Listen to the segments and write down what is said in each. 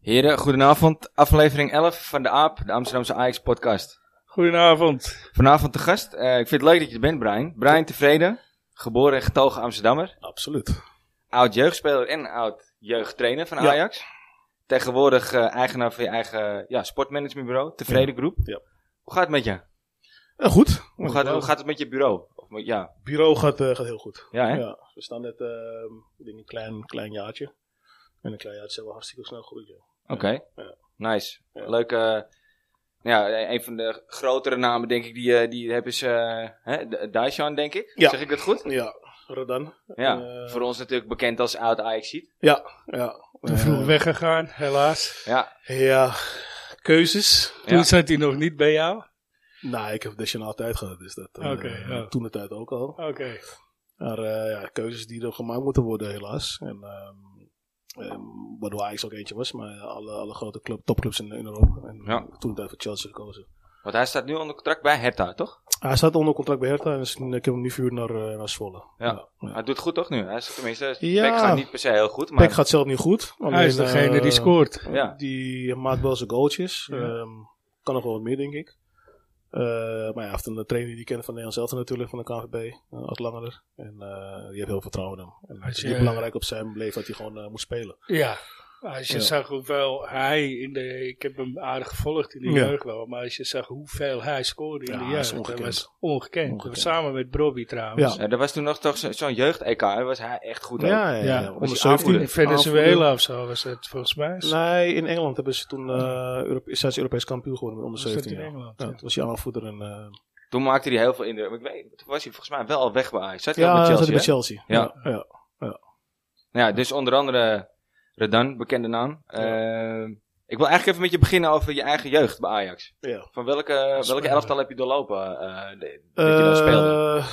Heren, goedenavond. Aflevering 11 van de AAP, de Amsterdamse Ajax-podcast. Goedenavond. Vanavond de gast. Eh, ik vind het leuk dat je er bent, Brian. Brian tevreden, geboren en getogen Amsterdammer. Absoluut. Oud jeugdspeler en oud jeugdtrainer van Ja. Ajax. Tegenwoordig eh, eigenaar van je eigen ja, sportmanagementbureau, Tevreden Groep. Ja. Hoe gaat het met je? Eh, goed. Hoe gaat, hoe gaat het met je bureau? Of, met- ja, Het bureau gaat, eh, gaat heel goed. ja, hè? Ja, we staan net ehm, ik denk een klein, klein jaartje. En een klein jaartje zijn we hartstikke snel groeien. ja. Oké, Ja. nice. Ja. Leuk. eh, ja, e-, een van de grotere namen, denk ik, die, eh, die hebben ze. eh, hè, D- Daishan, denk ik. Ja. Zeg ik dat goed? Ja, Rodan. Ja. Eh, Voor ons natuurlijk bekend als oud ajax ja. Te vroeg Eh, weggegaan, helaas. Ja, Ja. Keuzes. Ja. Toen zat hij nog niet bij jou. Nou, ik heb Deschanel altijd gehad, dus dat. Oké, ja. Toen de tijd ook al. Oké. Maar eh, ja, keuzes die er gemaakt moeten worden, helaas. En, ehm ehm, waardoor Ajax ook eentje was, maar alle, alle grote club, topclubs in, in Europa. En Ja. toen tijd voor Chelsea gekozen. want hij staat nu onder contract bij Hertha, toch? Hij staat onder contract bij Hertha en is, ik heb hem nu verhuurd naar, eh, naar Zwolle. Ja. ja. Hij doet goed, toch nu? Hij is tenminste. Ja. Peck gaat niet per se heel goed, maar. Peck gaat zelf niet goed. Hij is alleen, degene eh, die scoort. Ja. Die maakt wel zijn goaltjes. Ja. Ehm, kan nog wel wat meer, denk ik. Eh, maar ja, hij heeft een trainer die kent van Nederland zelf natuurlijk, van de KVB. eh, Ad Langeler. En eh, die heeft heel veel vertrouwen in hem. En het is je- niet belangrijk op zijn leven dat hij gewoon eh, moet spelen. Ja. Als je Ja. zag hoeveel hij in de... Ik heb hem aardig gevolgd in de Ja. jeugd wel. Maar als je zag hoeveel hij scoorde in Ja, de dat jeugd. is Dat ongekend. was ongekend. Ongekend. Samen met Brobby trouwens. Ja. Ja, Eh, er was toen nog toch zo- zo'n jeugd-EK, hè? was hij echt goed. ook. Ja, ja, Ja, ja. was Onder hij 17, aanvoerder? In Venezuela aanvoerder. Nou, of zo was het volgens mij. Nee, in Engeland hebben ze toen, eh Europe- zijn ze Europees kampioen geworden met onder Was dat 17. in Ja. Engeland? Ja, Ja. toen was hij aanvoerder en... eh, Toen maakte hij heel veel indruk. Maar Ik weet, toen was hij volgens mij wel al weg bij Ajax. Zat hij al ja, met dat zat Chelsea? hij bij hè? Chelsea. Ja. ja. ja. Nou ja, dus onder andere Redan, bekende naam. Ehm, ik wil eigenlijk even met je beginnen over je eigen jeugd bij Ajax. ja. Van welke, welke Spannend. elftal heb je doorlopen eh, de- dat je dan speelde? Eh,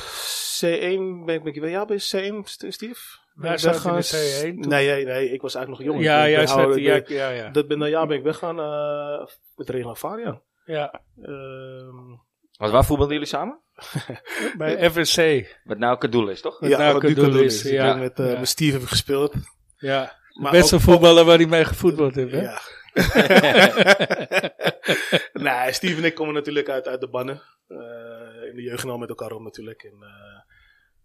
C1 ben ik met je wel. Ja, ben je C1, St- Steve? Wij Ik ben zaten in de gaan- C1 toen. Nee, nee, nee, ik was eigenlijk nog jong. Ja, ik ja, ben is dat, ouder, ja, ik ben- ja, ja. Dat ben, een jaar ben ik weggaan eh met Regla Faria. ja. Ehm, Want waar voetbalden jullie samen? Bij FSC. Wat nou het doel is, toch? Wat nou wat Cadul Cadul is, Ik ja. ben met, eh, Ja. met Steve heb ik gespeeld. Ja. Maar Beste ook- voetballer waar hij mee gevoetbald heeft. hè? Ja. nee, Steve en ik komen natuurlijk uit, uit de bannen. Eh, in de jeugd en al met elkaar om natuurlijk. En, eh,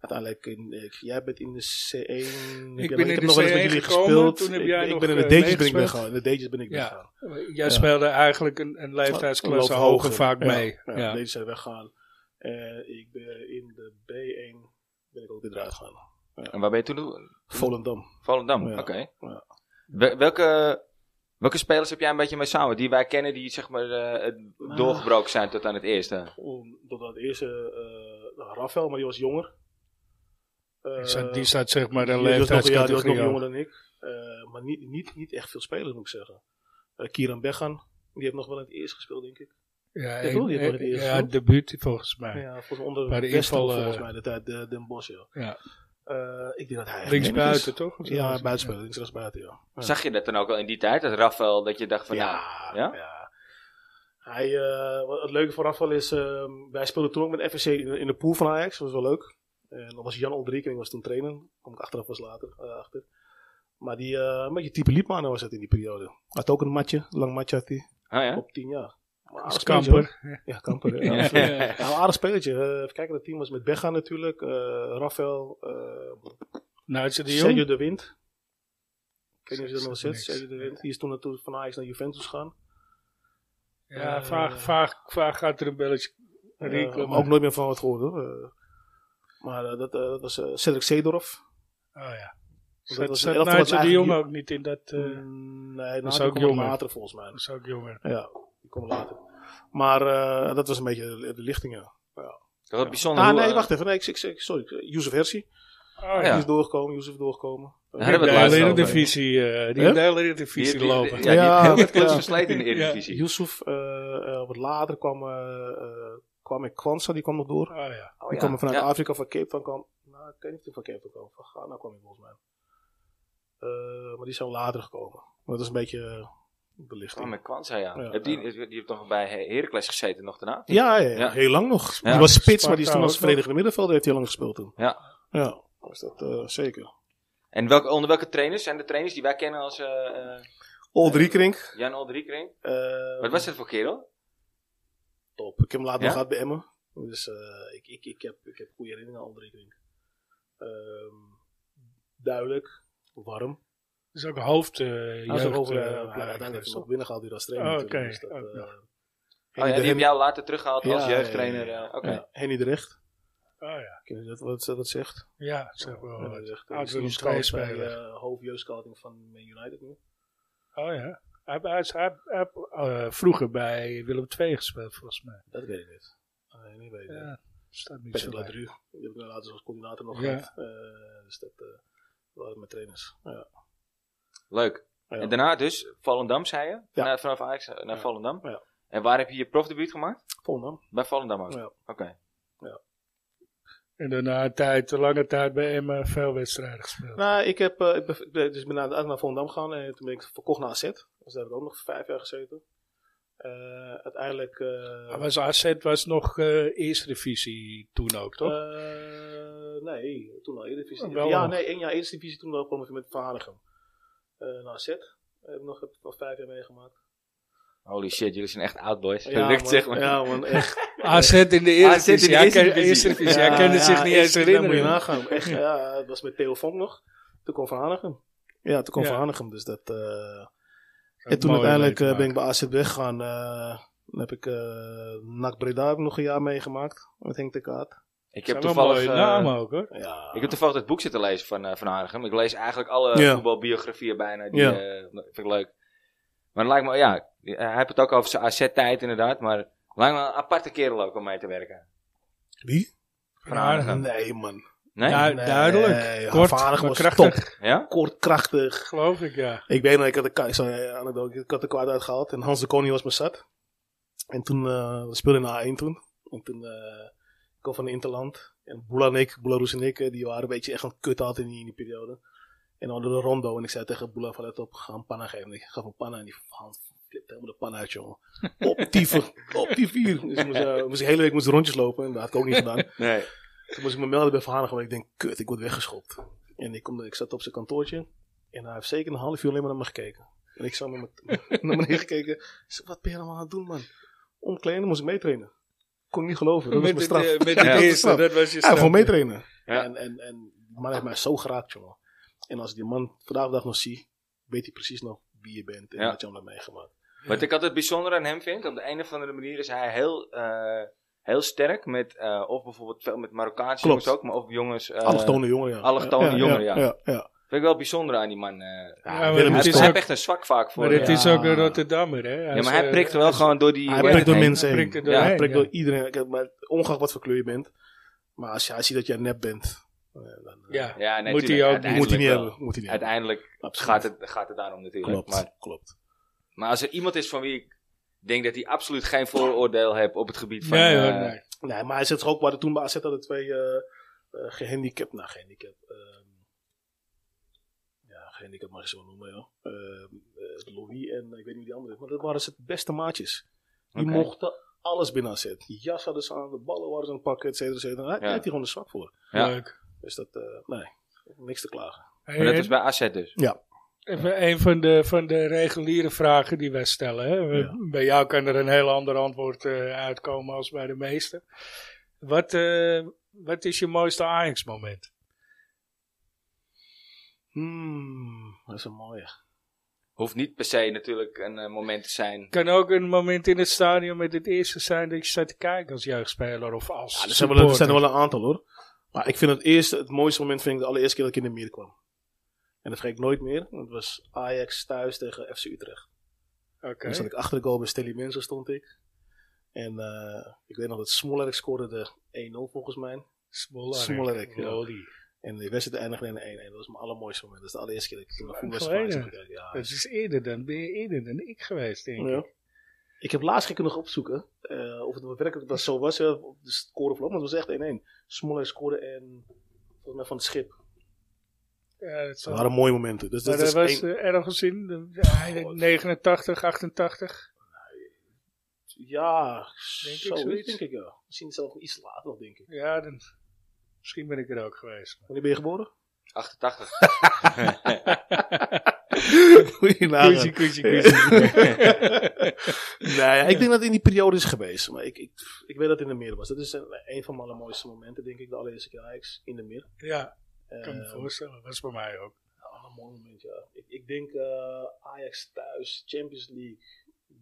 uiteindelijk, in, ik, jij bent in de C1. Ik heb- ben in heb de nog wel eens C1 met jullie gekomen, gespeeld. toen heb ik, jij ik nog, ben in de eh, D'tjes ben ik meegespeeld. weggegaan. In de D'tjes ben ik Ja. weggegaan. Jij speelde eigenlijk een, een leeftijdsklas Een hoger, loop vaak Ja, mee. Ja, Ja. De D'tjes zijn weggegaan. Eh, ik ben in de B1 ben ik ook weer eruit gegaan. En waar ben je toen? toe- Volendam. Volendam, Ja, oké. ja. Wel- Welke, welke spelers heb jij een beetje mee samen? Die wij kennen, die zeg maar eh, het Ah. doorgebroken zijn tot aan het eerste. Om- Tot aan het eerste eh Rafael, maar die was jonger. Die Eh, staat- die staat zeg maar een Die was nog, ja, die was nog leeftijdscategorie. jonger hoger. dan ik. Eh, maar niet, niet, niet echt veel spelers, moet ik zeggen. Eh, Kieran Began, die heeft nog wel in het eerst gespeeld, denk ik. Ja, Ik bedoel, die en- hebben we het eerst ja, gezien. debuut volgens mij. Ja, volgens mij onder Bij de de Westen, inval, eh, volgens mij, de tijd, de, Den Bosch, ja. Ja. Eh, ik denk dat hij... Links eigenlijk buiten is. toch? Of zo? Ja, buitenspeler, links rechts buiten, ja. Ja. Zag je dat dan ook al in die tijd? Dat Rafael, dat je dacht van nou, Ja, Ja? ja. Hij, eh, wat het leuke van Rafael is, eh, wij speelden toen ook met FSC in, in de pool van Ajax. Dat was wel leuk. En dat was Jan Oldrieck en ik was toen trainer. Kom ik achteraf pas later eh, achter. Maar die, eh, een beetje type Liepman was het in die periode. Hij had ook een matje, lang matje had hij, ah, ja? op tien jaar. Maar een Als aardig spelertje, kamper. hoor. Ja, kamper. Ja, Ja. absoluut. Ja, een aardig spelertje. Eh, even kijken, dat team was met Begga natuurlijk, eh Rafael, eh Nou, het is de Sergio jong. de Wind. Ik weet niet of je dat nog Zegt me zegt, niks. Sergio de Wind. Die is toen naartoe van Ajax naar Juventus gegaan. Ja, eh, vaak, vaak, vaak gaat er een belletje. Ik rinkelen, heb maar- ook nooit meer van wat gehoord hoor. Eh, maar eh, dat, eh, dat was eh, Cedric Seedorf. Oh ja. dat Zat, was zat een elftal wat Nigel de eigenlijk Jong niet- ook niet in dat... eh, Mm, nee, was nou, ook die kwam jonger. later volgens mij. Dat is ook jonger. Ja, die kwam later. Maar eh, dat was een beetje de, de lichting ja. Dat was bijzonder. Ah hoe, nee, eh, wacht even. Nee, ik, ik, ik- sorry. Yusuf Hersi. Oh ja. Die is doorgekomen. Yusuf doorgekomen. Daar Die hebben we hebben het de laatst hele over. divisie, eh, die Huh? hebben de hele divisie die- die- lopen. Ja, die Ja, heeft heel wat clubs ja. versleten in de Eredivisie. Yusuf, eh, eh, wat later kwam, eh eh kwam ik Kwanza, die kwam nog door. Oh ja. Oh, die ja. kwam er vanuit Ja. Afrika van Cape van kwam. Nou, ik weet niet of die van Cape van kwam. Van Ghana kwam hij volgens mij. Eh, maar die zijn later gekomen. Maar dat is een beetje eh, Oh, belichting. met Kwanza, ja. Ja, Heb die, die heeft nog bij Her- Heracles gezeten nog daarna? ja, ja, ja, Ja. heel lang nog. Ja. Die was spits, maar die is Sparta toen als ook verdedigende middenvelder heeft hij lang gespeeld toen. Ja. Ja, was dat eh, zeker. En welke, onder welke trainers zijn de trainers die wij kennen als... eh, eh, Old Riekrink. Jan Oldriekring. eh, Wat was het voor kerel? Top. Ik heb hem laat nog Ja? gehad bij Emmen. Dus eh, ik, ik, ik, heb, ik heb goede herinneringen aan Old Riekrink. Ehm, duidelijk. Warm. is ook hoofd. eh Hij is ook jeugd, over, eh, eh, ja, blijkbaar. uiteindelijk heeft hij nog binnengehaald die als trainer. Oh, natuurlijk. oké. Dus dat, Ook eh, nog. Oh ja, Henny die heb de- jou later teruggehaald als Ja, ja, jeugdtrainer. ja, eh, ja. Oké. Ja, Henny de Recht. Oh ja, Ken je dat, wat, wat dat zegt? ja, zeg wel. Henny wat. de Recht. Oud is een Willem coach II bij speler. eh, hoofdjeugdscouting van Man United nu. Oh ja. Hij heeft- hij is- hij heeft- hij heeft, eh, vroeger bij Willem II gespeeld, volgens mij. Dat weet ik niet. Ah, Nee, niet weet ik niet. Ja, staat niet zo Patrick bij. Ladru. Die heb ik later als coördinator nog Ja. gehad. Eh, dus dat eh, waren mijn trainers. Ja. Ah, Leuk. Ja. En daarna dus Volendam, zei je? Ja. Vanuit- vanaf Ajax eh, naar Ja. Volendam. Ja. En waar heb je je profdebuut gemaakt? Volendam. Bij Volendam ook. Ja. Oké. En daarna een tijd, een lange tijd bij Emma veel wedstrijden gespeeld. Nou, ik, heb, eh, ik ben, ik ben- dus ik ben naar, uit naar Volendam gegaan en toen ben ik verkocht naar AZ. Dus daar heb ik ook nog vijf jaar gezeten. Eh, uiteindelijk... eh, Hij was AZ was nog eh eerste divisie toen ook, toch? eh, nee, toen al Eredivisie. Oh, wel ja, nog. nee, één jaar Eredivisie, toen wel promoveer met Van Hanegem. Eh naar AZ. Heb ik nog, heb ik nog vijf jaar meegemaakt. Holy shit, jullie zijn echt oud boys. Ja, Gelukt man. zeg maar. Ja, man, echt. AZ in de AZ in de eerste divisie. Hij eerste ken- divisie. eerste divisie. Hij kan het zich niet eens daar moet je herinneren. nagaan. Echt, ja, het was met Theo Vonk nog. Toen kwam Van Hanegem. Ja, toen kwam Ja. Van Hanegem, dus dat... eh, Een En toen mooie uiteindelijk eh, meemaak. ben ik bij AZ weggegaan. eh, dan heb ik eh NAC Breda heb ik nog een jaar meegemaakt. Met Henk de Kaat. Ik Zijn heb wel toevallig... mooie eh, namen ook, hoor. Ja. ik heb toevallig het boek zitten lezen van, eh van Aardigem. Ik lees eigenlijk alle Ja. voetbalbiografieën bijna. Die, Ja. eh, vind ik leuk. Maar het lijkt me, ja, die- hij heeft het ook over zijn AZ-tijd inderdaad. Maar het lijkt me een aparte kerel ook om mee te werken. Wie? Van Aardigem. Nee, man. Nee? Ja? Ja. nee, nou, duidelijk. nee, Kort, Van Hanegem maar was krachtig. top. Kort, krachtig. Geloof ik, ja. Ik weet nog, ik had de, ka- ik zal een anekdote, ik had de kwaad uitgehaald. En Hans de Koning was me zat. En toen eh, we speelden in A1 toen. En toen eh, ik kwam van de Interland. En Boela en ik, Boela Roes en ik, eh, die waren een beetje echt een kut altijd in die, in die periode. En dan hadden we een rondo. En ik zei tegen Boela van let op, ga een panna geven. En ik gaf een panna en die Hans flipt helemaal de pan uit, jongen. Op dieven, op die vier. Dus ik moest, eh, moest de hele week moest rondjes lopen. En dat had ik ook niet gedaan. Nee. Toen moest ik me melden bij Van Hanegem. en Ik denk, kut, ik word weggeschopt. En ik, kom, ik zat op zijn kantoortje. En hij heeft zeker een half uur alleen maar naar me gekeken. En ik zo naar, me, naar beneden gekeken. Ik zei, wat ben je allemaal aan het doen, man? Omkleden moest ik meetrainen. Kon ik niet geloven. Dat was Met mijn het, straf. eh, met Ja, dat het was eerste, straf. dat was je Ja, straf. gewoon meetrainen. Ja. En, en, en die man heeft mij zo geraakt, jongen. En als ik die man vandaag de dag nog zie, weet hij precies nog wie je bent en Ja. wat je allemaal hebt meegemaakt. Wat ik altijd bijzonder aan hem vind, op de een of andere manier is hij heel, eh, heel sterk met, eh, of bijvoorbeeld veel met Marokkaanse Klopt. jongens ook, maar ook jongens... eh, allochtone jongeren, ja. allochtone jongeren, ja. ja, ja. Vind ik wel bijzonder aan die man. eh. Ja, Ja, maar Willem het hij is is heeft ook- ook, echt een zwak vaak voor. maar het ja. is ook een Rotterdammer, hè. eh, Ja, maar hij prikt er wel gewoon door die... Hij hoe heet prikt het door heen? mensen heen. prikt er Ja, doorheen, Hij prikt ja. door iedereen. Ik heb maar ongeacht wat voor kleur je bent. Maar als hij ziet dat jij nep bent, eh, dan eh, Ja. Ja, nee, Moet hij tuurlijk, ook- uiteindelijk moet hij niet wel. hebben. Moet hij niet hebben. Uiteindelijk Absoluut. gaat het, gaat het daarom natuurlijk. klopt, Maar, klopt. maar als er iemand is van wie ik denk dat hij absoluut geen vooroordeel heeft op het gebied van... Nee, eh, hoor, nee. Nee, maar hij zit toch ook waar de toen bij AZ hadden twee eh, eh, gehandicapt, nou gehandicapt. ehm, ja, gehandicapt mag je ze wel noemen, joh. Ehm, eh, Louis en eh, ik weet niet wie die andere is, maar dat waren ze beste maatjes. Die Oké. mochten alles binnen AZ. Die jas hadden ze aan, de ballen waren ze aan het pakken, et cetera, et cetera. Hij Ja. hij heeft hier gewoon de zwak voor. Ja. Leuk. Dus dat, eh, nee, niks te klagen. Maar dat Hey, is bij AZ dus. Even een van de, van de reguliere vragen die wij stellen. Hè? We- Ja. Bij jou kan er een heel ander antwoord eh, uitkomen als bij de meesten. Wat, eh, wat is je mooiste Ajax-moment? Hmm, dat is een mooie. Hoeft niet per se natuurlijk een eh, moment te zijn. Kan ook een moment in het stadion met het eerste zijn dat je staat te kijken als jeugdspeler of als Ja, er, zijn wel, supporter. er zijn er wel een aantal hoor. Maar ik vind het eerste, het mooiste moment vind ik de allereerste keer dat ik in de meer kwam. En dat vergeet ik nooit meer. want Het was Ajax thuis tegen FC Utrecht. Oké. Toen zat ik achter de goal bij Stanley Menzo stond ik. En eh, ik weet nog dat Smolarek scoorde de 1-0 volgens mij. Smolarek. Smolarek, ja. Loli. En de wedstrijd eindigde in een 1-1. Dat was mijn allermooiste moment. Dat is de allereerste keer dat ik toen naar Lang voetbal heb geleden. gekeken. Ja, Dat Dus is eerder dan, ben je eerder dan ik geweest, denk ik. Ja. Ik heb laatst geen kunnen opzoeken eh, of het werkelijk dat zo was. eh, op de score verloop, maar het was echt 1-1. Smoller scoorde en volgens mij van het schip. Ja, dat is Dat wel- waren mooie momenten. Dus Maar dat, dat is was één- eh, ergens in eh, God. 89, 88. ja, eh, Denk ik zoiets, zoiets. denk ik ja. Misschien zelfs iets later nog, denk ik. Ja, dan, misschien ben ik er ook geweest. Wanneer ben je geboren? 88. Moet je nagaan. Koesie, koesie, koesie. Nou ja, ik denk dat het in die periode is geweest. Maar ik, ik, ik weet dat het in de meer was. Dat is een, een van mijn allermooiste momenten, denk ik. De allereerste keer Ajax in de meer. ja, Ik ik kan me voorstellen. Dat is bij mij ook. Ah, een mooi moment, ja. Ik, ik denk eh, Ajax thuis, Champions League.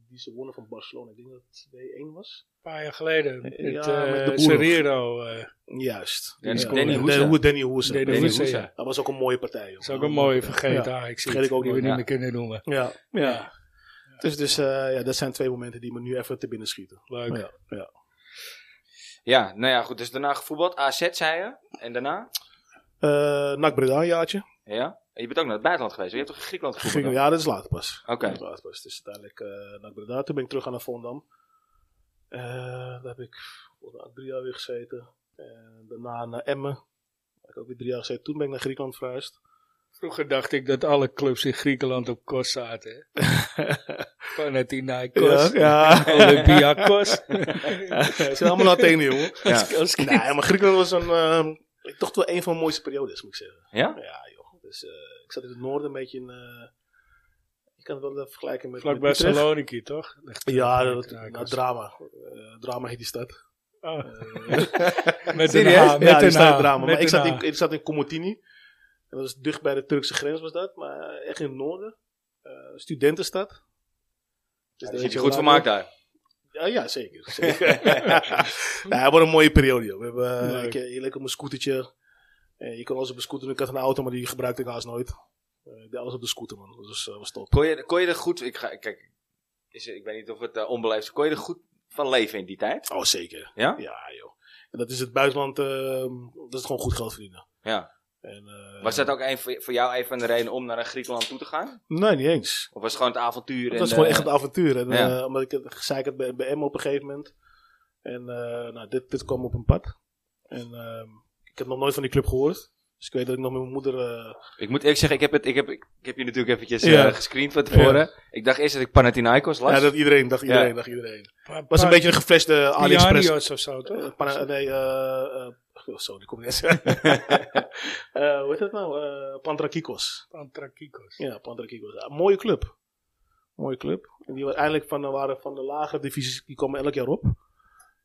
Die ze wonnen van Barcelona. Ik denk dat het 2-1 was. Een paar jaar geleden. Met, Ja, eh, met de boer. Serrero. eh Juist. Danny- Ja. Danny En, Hoese. eh, hoe- Danny Hoese. dus Danny Danny Hoese, Hoese. ja. Dat was ook een mooie partij. Dat is ook een mooie vergeten Ajax. vergeet ik ook Die we nooit, niet ja. meer kunnen noemen. Ja. ja. Ja. Dus, dus eh, ja, dat zijn twee momenten die me nu even te binnen schieten. Leuk. Ja. ja. Ja, nou ja, goed. Dus daarna gevoetbald. AZ zei je. En daarna? Eh, NAC Breda, een jaartje. Ja. En je bent ook naar het buitenland geweest. Je hebt toch in Griekenland gevoetbald? Ging- dan? Ja, dat is later pas. Oké. Dat is later pas. Dus uiteindelijk eh naar Breda. Toen ben ik terug aan naar Vondam. Eh, daar heb ik volgens mij drie jaar weer gezeten. En daarna naar Emmen. Daar heb ik ook weer drie jaar gezeten. Toen ben ik naar Griekenland verhuisd. Vroeger dacht ik dat alle clubs in Griekenland op kost zaten. hè. Ja, Panathinaikos. ja. Olympiakos. Ze zijn allemaal naar Athene, jongen. Ja. Als kind. Nee, maar Griekenland was een, ehm, ik toch wel een van de mooiste periodes, moet ik zeggen. Ja? Ja, joh. Dus, eh, ik zat in het noorden een beetje in... eh, ik kan het wel eh, vergelijken met, Vlak met bij Utrecht. Saloniki, toch? eh, Ligt- Ja, dat, Panathinaikos. nou, drama. Eh, drama heet die stad. Oh, Eh, met een Serieus? H, met ja, die een staat H, in drama. met Maar ik, een zat H. in, ik zat in Komotini. En dat is dicht bij de Turkse grens was dat. Maar echt in het noorden. Eh, studentenstad. Dus Ja, daar dus weet je je goed wel- vermaakt daar. Ja, ja zeker. zeker. nou, wat een mooie periode. joh. We hebben, eh, Leuk. ik, eh, je lekker op een scootertje. Eh, je kon alles op een scooter. doen. Ik had een auto, maar die gebruikte ik haast nooit. Eh, ik deed alles op de scooter, man. Dat was, eh, was top. Kon je, kon je er goed... Ik ga, kijk, is, ik weet niet of het eh, onbeleefd is. Kon je er goed van leven in die tijd? Oh, zeker. Ja? Ja, joh. En dat is het buitenland, ehm, dat is gewoon goed geld verdienen. Ja. En, eh, Was dat ook een, voor voor jou een van de redenen om naar Griekenland toe te gaan? Nee, niet eens. Of was het gewoon het avontuur? Dat en, was gewoon eh, echt een avontuur. En, ja. eh, omdat ik het gezeikerd bij, bij Emma op een gegeven moment. En eh, nou, dit, dit kwam op een pad. En ehm, ik heb nog nooit van die club gehoord. Dus ik weet dat ik nog met mijn moeder... eh, Ik moet eerlijk zeggen, ik heb, het, ik heb, ik, heb je natuurlijk eventjes eh, Ja. gescreend van tevoren. Ik dacht eerst dat ik Panathinaikos las. ja, dat iedereen, dacht iedereen, Ja. dacht iedereen. Het Pa- was een pa- beetje een geflashte AliExpress. Pianios of zo, toch? Eh, Pana- nee, eh, eh, oh, sorry, kom niet eens. Eh, hoe heet dat nou? Eh Pantrakikos. Pantrakikos. Ja, Pantrakikos. Ja, Ah, mooie club. Mooie club. En die uiteindelijk van, eh, waren van de lage divisies, die komen elk jaar op.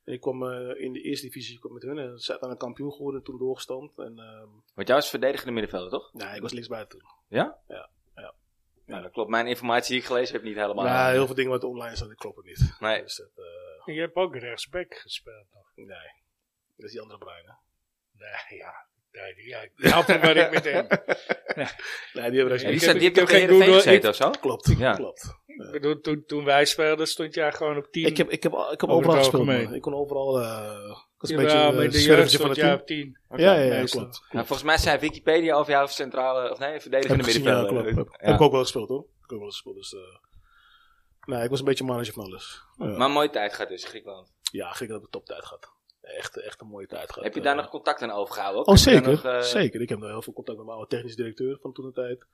En ik kwam eh, in de eerste divisie ik kwam met hun en ze zijn een kampioen geworden toen doorgestampt. En ehm, Want jij was verdedigende middenvelder, toch? nou, ik was linksbuiten toen. Nou, dat klopt. Mijn informatie die ik gelezen heb niet helemaal. Maar heel veel dingen wat online staat, dat kloppen niet. Nee. Dus dat, eh, Je hebt ook rechtsback gespeeld nog. nee. Dat is die andere Brian, hè? Nee, ja. Nee, die- ja, ik help hem waar ik met hem. Nee, die hebben Ja, we die, Ik staat, heb- die heeft ook ik heb geen geen Heerenveen Google, gezeten of zo? Klopt, Ja. klopt. Ik bedoel, toen, toen wij speelden stond jij gewoon op 10. Ik heb, ik heb, al- ik heb Over overal het gespeeld, algemeen. man. Ik kon overal... eh ik was een ja, beetje maar eh, met de jeugd zwervertje van stond het jij team. op 10. Ja, ja, ja, meestal. klopt. Nou, volgens mij zei Wikipedia of jouw centrale, of nee, Heb verdedigende ik gezien, ja, middenvelder. klopt. Heb, eh, Ja. heb ik ook wel gespeeld hoor. Heb ik ook wel gespeeld. Dus, eh, nee, ik was een beetje manager van alles. Ja, Maar een mooie tijd gaat dus, Griekenland. ja Grieken hebben een toptijd gehad. Echt, echt een mooie tijd gehad. heb je daar Eh, nog contact aan overgehouden? ook? Oh, Heb je daar zeker. nog, eh, Zeker. Ik heb nog heel veel contact met mijn oude technisch directeur van toen de tijd.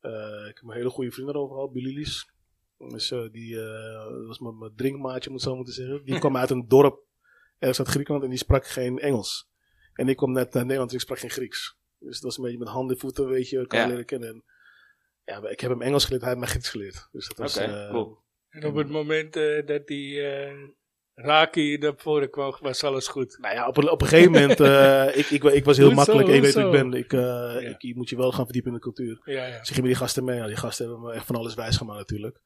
Eh, ik heb een hele goede vriend erover gehad, Bililis. Dus eh, die eh, dat was mijn, mijn drinkmaatje, moet ik zo moeten zeggen. Die kwam uit een dorp ergens uit Griekenland en die sprak geen Engels. En ik kwam net naar Nederland en ik sprak geen Grieks. Dus dat was een beetje met handen en voeten, weet je, elkaar Ja. leren kennen. En, ja, maar ik heb hem Engels geleerd, hij heeft mij Grieks geleerd. Dus dat was... Oké, eh, cool. En op het moment eh, dat die eh Raki naar voren kwam, was alles goed. Nou ja, op een, op een gegeven moment, eh, ik, ik, ik was heel Hoezo, makkelijk, ik weet wie ik hoezo? ben. Ik, eh, ik, je moet je wel gaan verdiepen in de cultuur. Ja, ja. Ze gingen die gasten mee. Nou, die gasten hebben me echt van alles wijsgemaakt natuurlijk.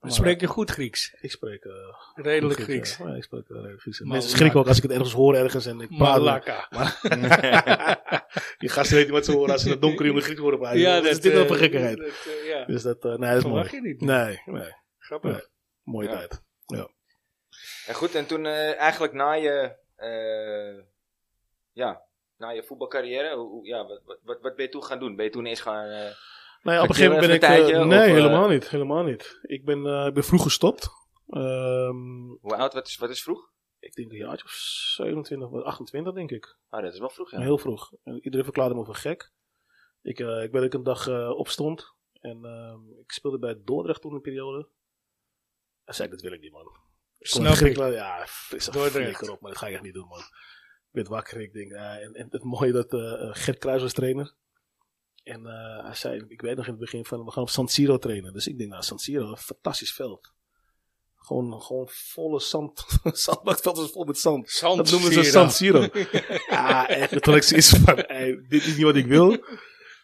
Maar, Spreek je goed Grieks? eh, Ik spreek eh, Redelijk goed Grieks. eh, ja, ik spreek eh, redelijk Grieks. Maar Mensen lak. schrikken ook als ik het ergens hoor ergens en ik praat. dan- Malaka. die gasten weten niet wat ze horen als ze een donkere jongen Grieks horen praten. Ja, Ja, dat dat is dit wel eh, een gekkigheid. dat, eh, ja. Dus dat, eh, nee, dat is mooi. Verwacht je niet. Nee, nee. Grappig. Nee. Mooie Ja. tijd. En goed, en toen eh, eigenlijk na je, eh, ja, na je voetbalcarrière, hoe, hoe- ja, wat, wat- wat, wat ben je toen gaan doen? Ben je toen eerst gaan... eh, Nee, op een Had je gegeven moment ben even ik... een eh, tijdje, of, nee, eh, helemaal niet. Helemaal niet. Ik ben, eh, ik ben vroeg gestopt. Ehm, hoe oud? Wat is, wat is vroeg? ik denk een jaartje of 27, of 28 denk ik. Ah, dat is wel vroeg, ja. Heel vroeg. En iedereen verklaarde me voor gek. Ik, eh, ik ben ook een dag eh, opstond. En ehm, ik speelde bij Dordrecht toen een periode. En zei ik, dat wil ik niet, man. Ik kom Snap uit ik. Griekenland, Ja, fris Dordrecht. Dordrecht. op, maar dat ga ik echt niet doen, eh, man. Ik werd wakker. Ik denk, ah, en, en het mooie dat eh, eh, Gert Kruis was trainer. En eh, hij zei, ik weet nog in het begin van, we gaan op San Siro trainen. Dus ik denk, nou, San Siro, een fantastisch veld. Gewoon, gewoon volle zand. Zandbakveld is vol met zand. Zand Dat noemen ze San Siro. ja, echt. En Toen had ik zoiets van, ey, dit is niet wat ik wil.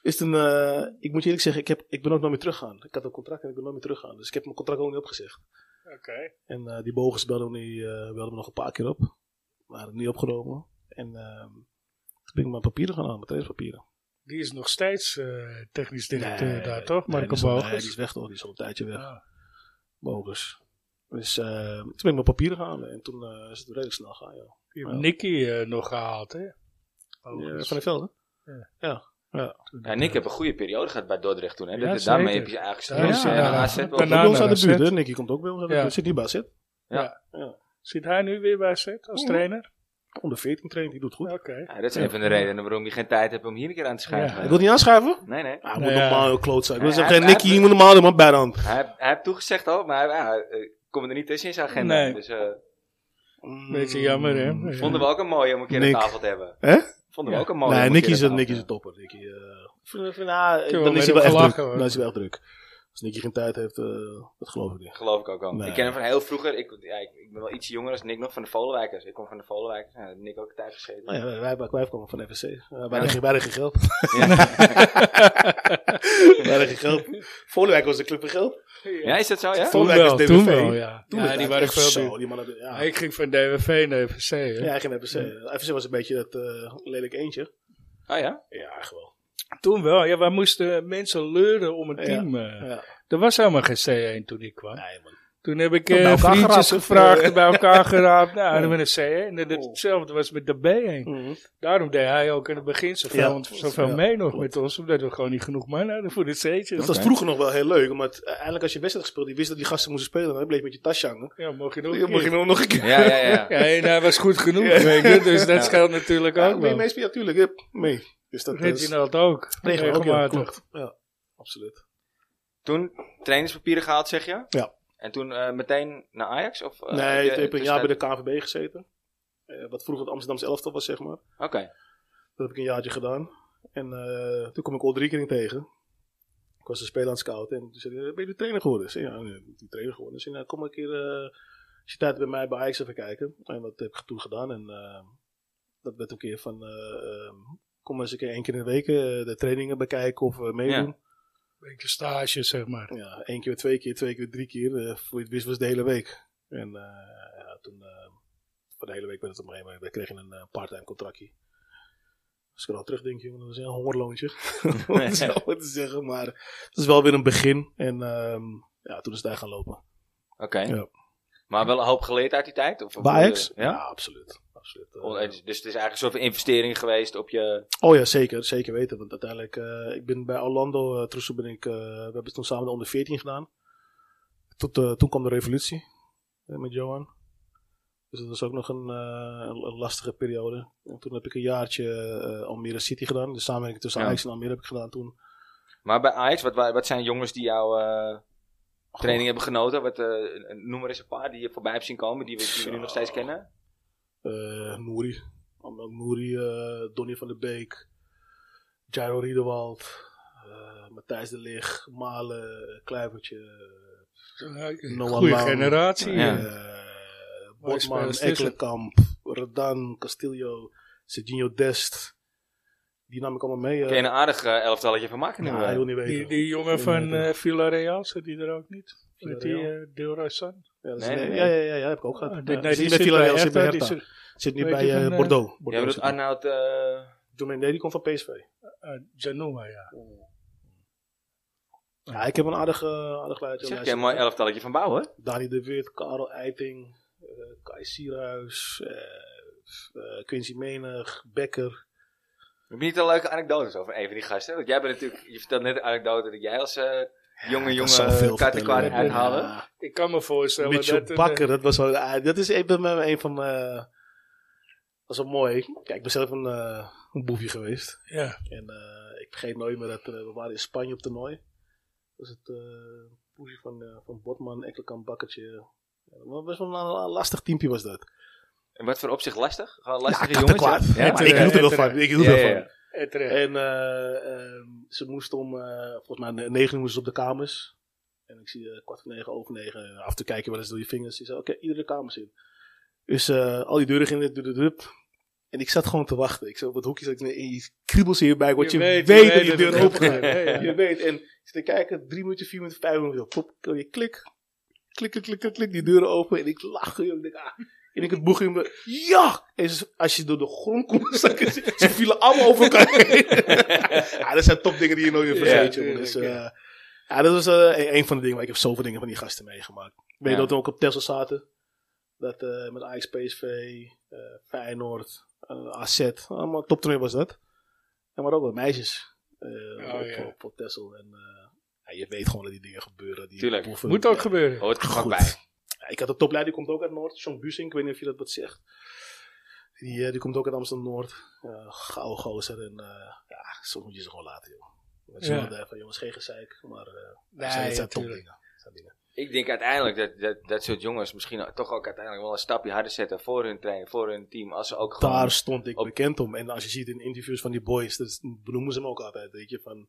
Is het een, eh, ik moet je eerlijk zeggen, ik, heb, ik ben ook nooit meer teruggegaan. Ik had een contract en ik ben nooit meer teruggegaan. Dus ik heb mijn contract ook niet opgezegd. Oké. En eh, die bogus belden me, die, eh, belden me nog een paar keer op. Maar hadden niet opgenomen. En ehm, toen ben ik mijn papieren gaan halen, mijn trainingspapieren. Die is nog steeds eh, technisch directeur Nee, daar, toch? nee, Marco die is al- nee, die is Bogus. weg toch, die is al een tijdje weg. Ah, Bogus. Dus eh, toen ben ik mijn papieren gaan halen. En toen eh, is het redelijk snel gaan, ja. je hebt Ja. Nicky eh, nog gehaald, hè? Bogus. Oh, Van de velden? Ja, Nick heeft een goede periode gehad bij Dordrecht toen. Hè? Ja, Dat- daarmee zeker. heb je Ja, eigenlijk eh, ja. ja, AZ wel Daarna- bij ons uit de naar buurt, AZ. hè? Nicky komt ook bij ons uit de Ja. buurt. Zit niet bij AZ. Zit hij nu weer bij zit als Ja. trainer? Onder 14 traint, die doet het goed. Oké. Ja, dat is een van de redenen waarom je geen tijd hebt om hier een keer aan te schrijven. Ja. Ik wil niet aanschuiven. Nee, nee. Ah, hij Nou moet ja. normaal heel kloot zijn. Ik wil Ja, zeggen, hij- Nicky, hij- je moet normaal doen, maar bij de hand. Hij, heeft- hij heeft toegezegd al, maar hij, ja, eh, komt er niet tussen in zijn agenda. Nee. Dus eh, Mm. Beetje jammer, hè? Ja. vonden we ook een mooie om een keer Nick. aan tafel te hebben. Hè? Vonden we Ja. ook een mooie. Nee, om Nicky keer is, een- aan Nicky is tafel een topper. Nicky, eh, vind- vind- nou, wel dan met is hem hij wel echt gelachen, druk. hoor. Dan is hij wel echt druk. Als Nicky geen tijd heeft, eh, dat geloof ik te niet. hebben. Geloof ik ook al. Nee. Ik ken hem van heel vroeger. Ik, ja, ik, ik ben wel iets jonger als Nick nog van de Volenwijkers. Ik kom van de Volenwijkers. Nou, Nick ook tijd geschreven. Nou ja, wij, wij, wij komen van FSC. Eh, wij hadden geen- wij hadden geen geld. wij hadden geen geld. Volwijk was de club van geld. Ja, is dat zo? Ja? Toen Volwijk wel, is toen DVV. wel, ja. Toen ja, werd die hij waren echt veel zo, duur. Die man hadden, ja. Ja, Ik ging van DWV naar FC, hè? ja, geen FSC. FSC was een beetje dat eh lelijk eentje. Oh ja? Ja, gewoon. Toen wel. Ja, wij moesten eh, mensen leuren om een Ja. team. eh. Ja. Er was helemaal geen C1 toen ik kwam. Nee, man. Toen heb ik Toen bij eh elkaar vriendjes geraapt, hè? gevraagd, bij elkaar geraapt. Ja. Nou, dan met een C1. En dat Oh. hetzelfde was met de B1. Mhm. Daarom deed hij ook in het begin zoveel, Ja. want zoveel Ja, mee nog klopt. met ons. Omdat we gewoon niet genoeg man hadden voor de C'tje. Dat was vroeger nog wel heel leuk. Omdat eh, eindelijk als je wedstrijd gespeeld, die wist dat die gasten moesten spelen. Dan bleef je met je tasje hangen. Ja, mocht je nog Dan een mocht je keer. nog een keer. Ja, ja, ja. Ja, en hij was goed genoeg, weet je. Dus dat Ja. scheelt natuurlijk Ja, ook mee, wel. mee spelen, natuurlijk. Hup, mee. Dus dat is Reginald ook. regel ook, ja, Regelmatig. klopt. Ja, absoluut. Toen trainingspapieren gehaald, zeg je? Ja. En toen eh, meteen naar Ajax? Of, eh, nee, ik heb een jaar bij de tussentijd? KVB gezeten. Eh, wat vroeger het Amsterdamse elftal was, zeg maar. Oké. Dat heb ik een jaartje gedaan. En eh, toen kwam ik al drie keer tegen. Ik was een speler aan het scouten. En toen zei hij, "Eh, ben je de trainer geworden? Ik zei, ja, ik ben de trainer geworden. Ik zei, nou, kom maar een keer, eh, als je tijd hebt bij mij bij Ajax even kijken. En dat heb ik toen gedaan. En eh, dat werd een keer van, eh, eh, kom maar eens een keer één keer in de week eh, de trainingen bekijken of eh, meedoen. Beetje stage, zeg maar. Ja, één keer, twee keer, twee keer, drie keer. eh voor je het wist was het de hele week. En eh, ja, toen, eh, voor de hele week werd het op een gegeven moment, we kregen een eh, parttime contractje. Als ik er al terug denk, jongen, dat is een hongerloontje. Om het zo maar te zeggen, maar het is wel weer een begin. En ehm, ja, toen is het daar gaan lopen. Oké. Ja. Maar wel een hoop geleerd uit die tijd? Of, of- Bij Ajax? Ja? absoluut. absoluut. Eh, Oh, eh, Dus dus het is eigenlijk een soort van investering geweest op je... oh ja, zeker, zeker weten. Want uiteindelijk, eh, ik ben bij Orlando, eh Troeso ben ik, eh, we hebben het toen samen de onder 14 gedaan. Tot, eh, toen kwam de revolutie eh, met Johan. Dus dat was ook nog een, eh, een- een lastige periode. En toen heb ik een jaartje eh, Almere City gedaan. De samenwerking tussen Ja. Ajax en Almere heb ik gedaan toen. Maar bij Ajax, wat, wa- wat zijn jongens die jouw eh, training hebben genoten? Wat, eh, noem maar eens een paar die je voorbij hebt zien komen, die we, die we nu nog steeds kennen. eh Nouri. Allemaal Nouri, eh, Donny van der Beek, Jairo Riedewald, eh, Matthijs de Lig, Malen, Kluivertje, Noah Goede Lang. generatie. Ja. eh. eh, Mooie Botman, spelers tussen. Ekkelenkamp, Redan, Castillo, Serginho Dest. Die nam ik allemaal mee. eh. Kun je een aardig eh, elftalletje van maken nu? Nou, eh? hij wil niet weten. Die, die jongen Die van meter. eh Villarreal, zat die er ook niet? Met die Villarreal. eh Deelraisan? ja, dat is- Nee, nee, nee. ja, ja, ja, ja, heb ik ook gehad. Ah, Nee, die- nee, die die zit zit bij bij Hertha, zit bij Hertha, die Hertha. Zit nu weet bij je eh, van, eh, Bordeaux. Jij Bordeaux bedoelt zit hij. Arnoud... eh, Doe- Nee, die komt van PSV. Eh, Janoma, ja. Ja, ik heb een aardig, eh, aardig lijstje. zeg, jij een mooi elftalletje van bouwen? Dani de Wit, Karel Eiting, eh Kai Sierhuis, eh, eh, Quincy Menig, Becker. Heb je niet een leuke anekdotes over een van die gasten? Want jij bent natuurlijk... Je vertelt net een anekdote dat jij als eh, jonge, jonge kaartenkwart vertellen, uithalen. Ik kan me voorstellen Mitchell dat... een, eh, Bakker, dat was wel... ah, dat is even mijn- een van mijn... Dat was wel mooi. Kijk, ik ben zelf een, eh, een boefje geweest. eh, ja. En eh, ik vergeet nooit meer dat eh, we waren in Spanje op toernooi. Dat was het eh poesje van, eh, van Botman, Ekkelkamp, Bakkertje. Ja, maar best wel een, een lastig teampje was dat. In wat voor opzicht lastig? Gewoon Ja, lastige katten jongens? kwaad. Ja, Ja, maar maar ik ja, hield er wel ja, van. Ik hield ja, er wel ja, van. ja. En terecht. En eh, eh, ze moest om, eh, volgens mij ne- negen uur moest ze op de kamers. En ik zie eh, kwart voor negen, over negen, eh, af te kijken wel eens door je vingers. Ik zei, oké, iedere kamers in. Dus eh, al die deuren gingen, dup, dup, dup. En ik zat gewoon te wachten. Ik zat op het hoekje, zat ik, nee, en je kriebels in je buik, want je, weet, dat die deur open gaat. Je weet, en ik zit te kijken, drie minuten, vier minuten, vijf minuten, pop, kan je klik, klik, klik, klik, klik, klik, die deuren open. En ik lach, joh, ik denk, ah. En ik het boeg in me, ja! En ze- als je door de grond komt, zakken ze, ze vielen allemaal over elkaar heen. ja, dat Ah, zijn topdingen die je nooit meer Ja, vergeet, joh. tuurlijk, Dus, ja. eh, ja, dat was eh, een, een van de dingen, maar ik heb zoveel dingen van die gasten meegemaakt. Weet Ja. je dat we ook op Texel zaten? Dat eh, met Ajax, PSV, eh, Feyenoord, eh, AZ, allemaal toptoernooi was dat. En maar ook wat meisjes eh, Oh, op, ja. op, op Texel. En eh, ja, je weet gewoon dat die dingen gebeuren. Die Tuurlijk. boeven- Moet ook ja. Oh, gebeuren. Hoort er gewoon Goed. bij. Ja, ik had een topleider, die komt ook uit Noord. John Busing, ik weet niet of je dat wat zegt. Die, eh, die komt ook uit Amsterdam-Noord. Eh gouden gozer. En eh, ja, soms moet je ze gewoon laten, joh. Dat is Ja. wel daar van, jongens, geen gezeik. Maar eh het Nee, zijn, het zijn natuurlijk. topdingen. Het zijn dingen. Ik denk uiteindelijk dat, dat, dat soort jongens misschien toch ook uiteindelijk wel een stapje harder zetten voor hun trainer, voor hun team. Als ze ook gewoon. Daar stond ik Op- bekend om. En als je ziet in interviews van die boys, dat is- benoemen ze hem ook altijd. Weet je, van,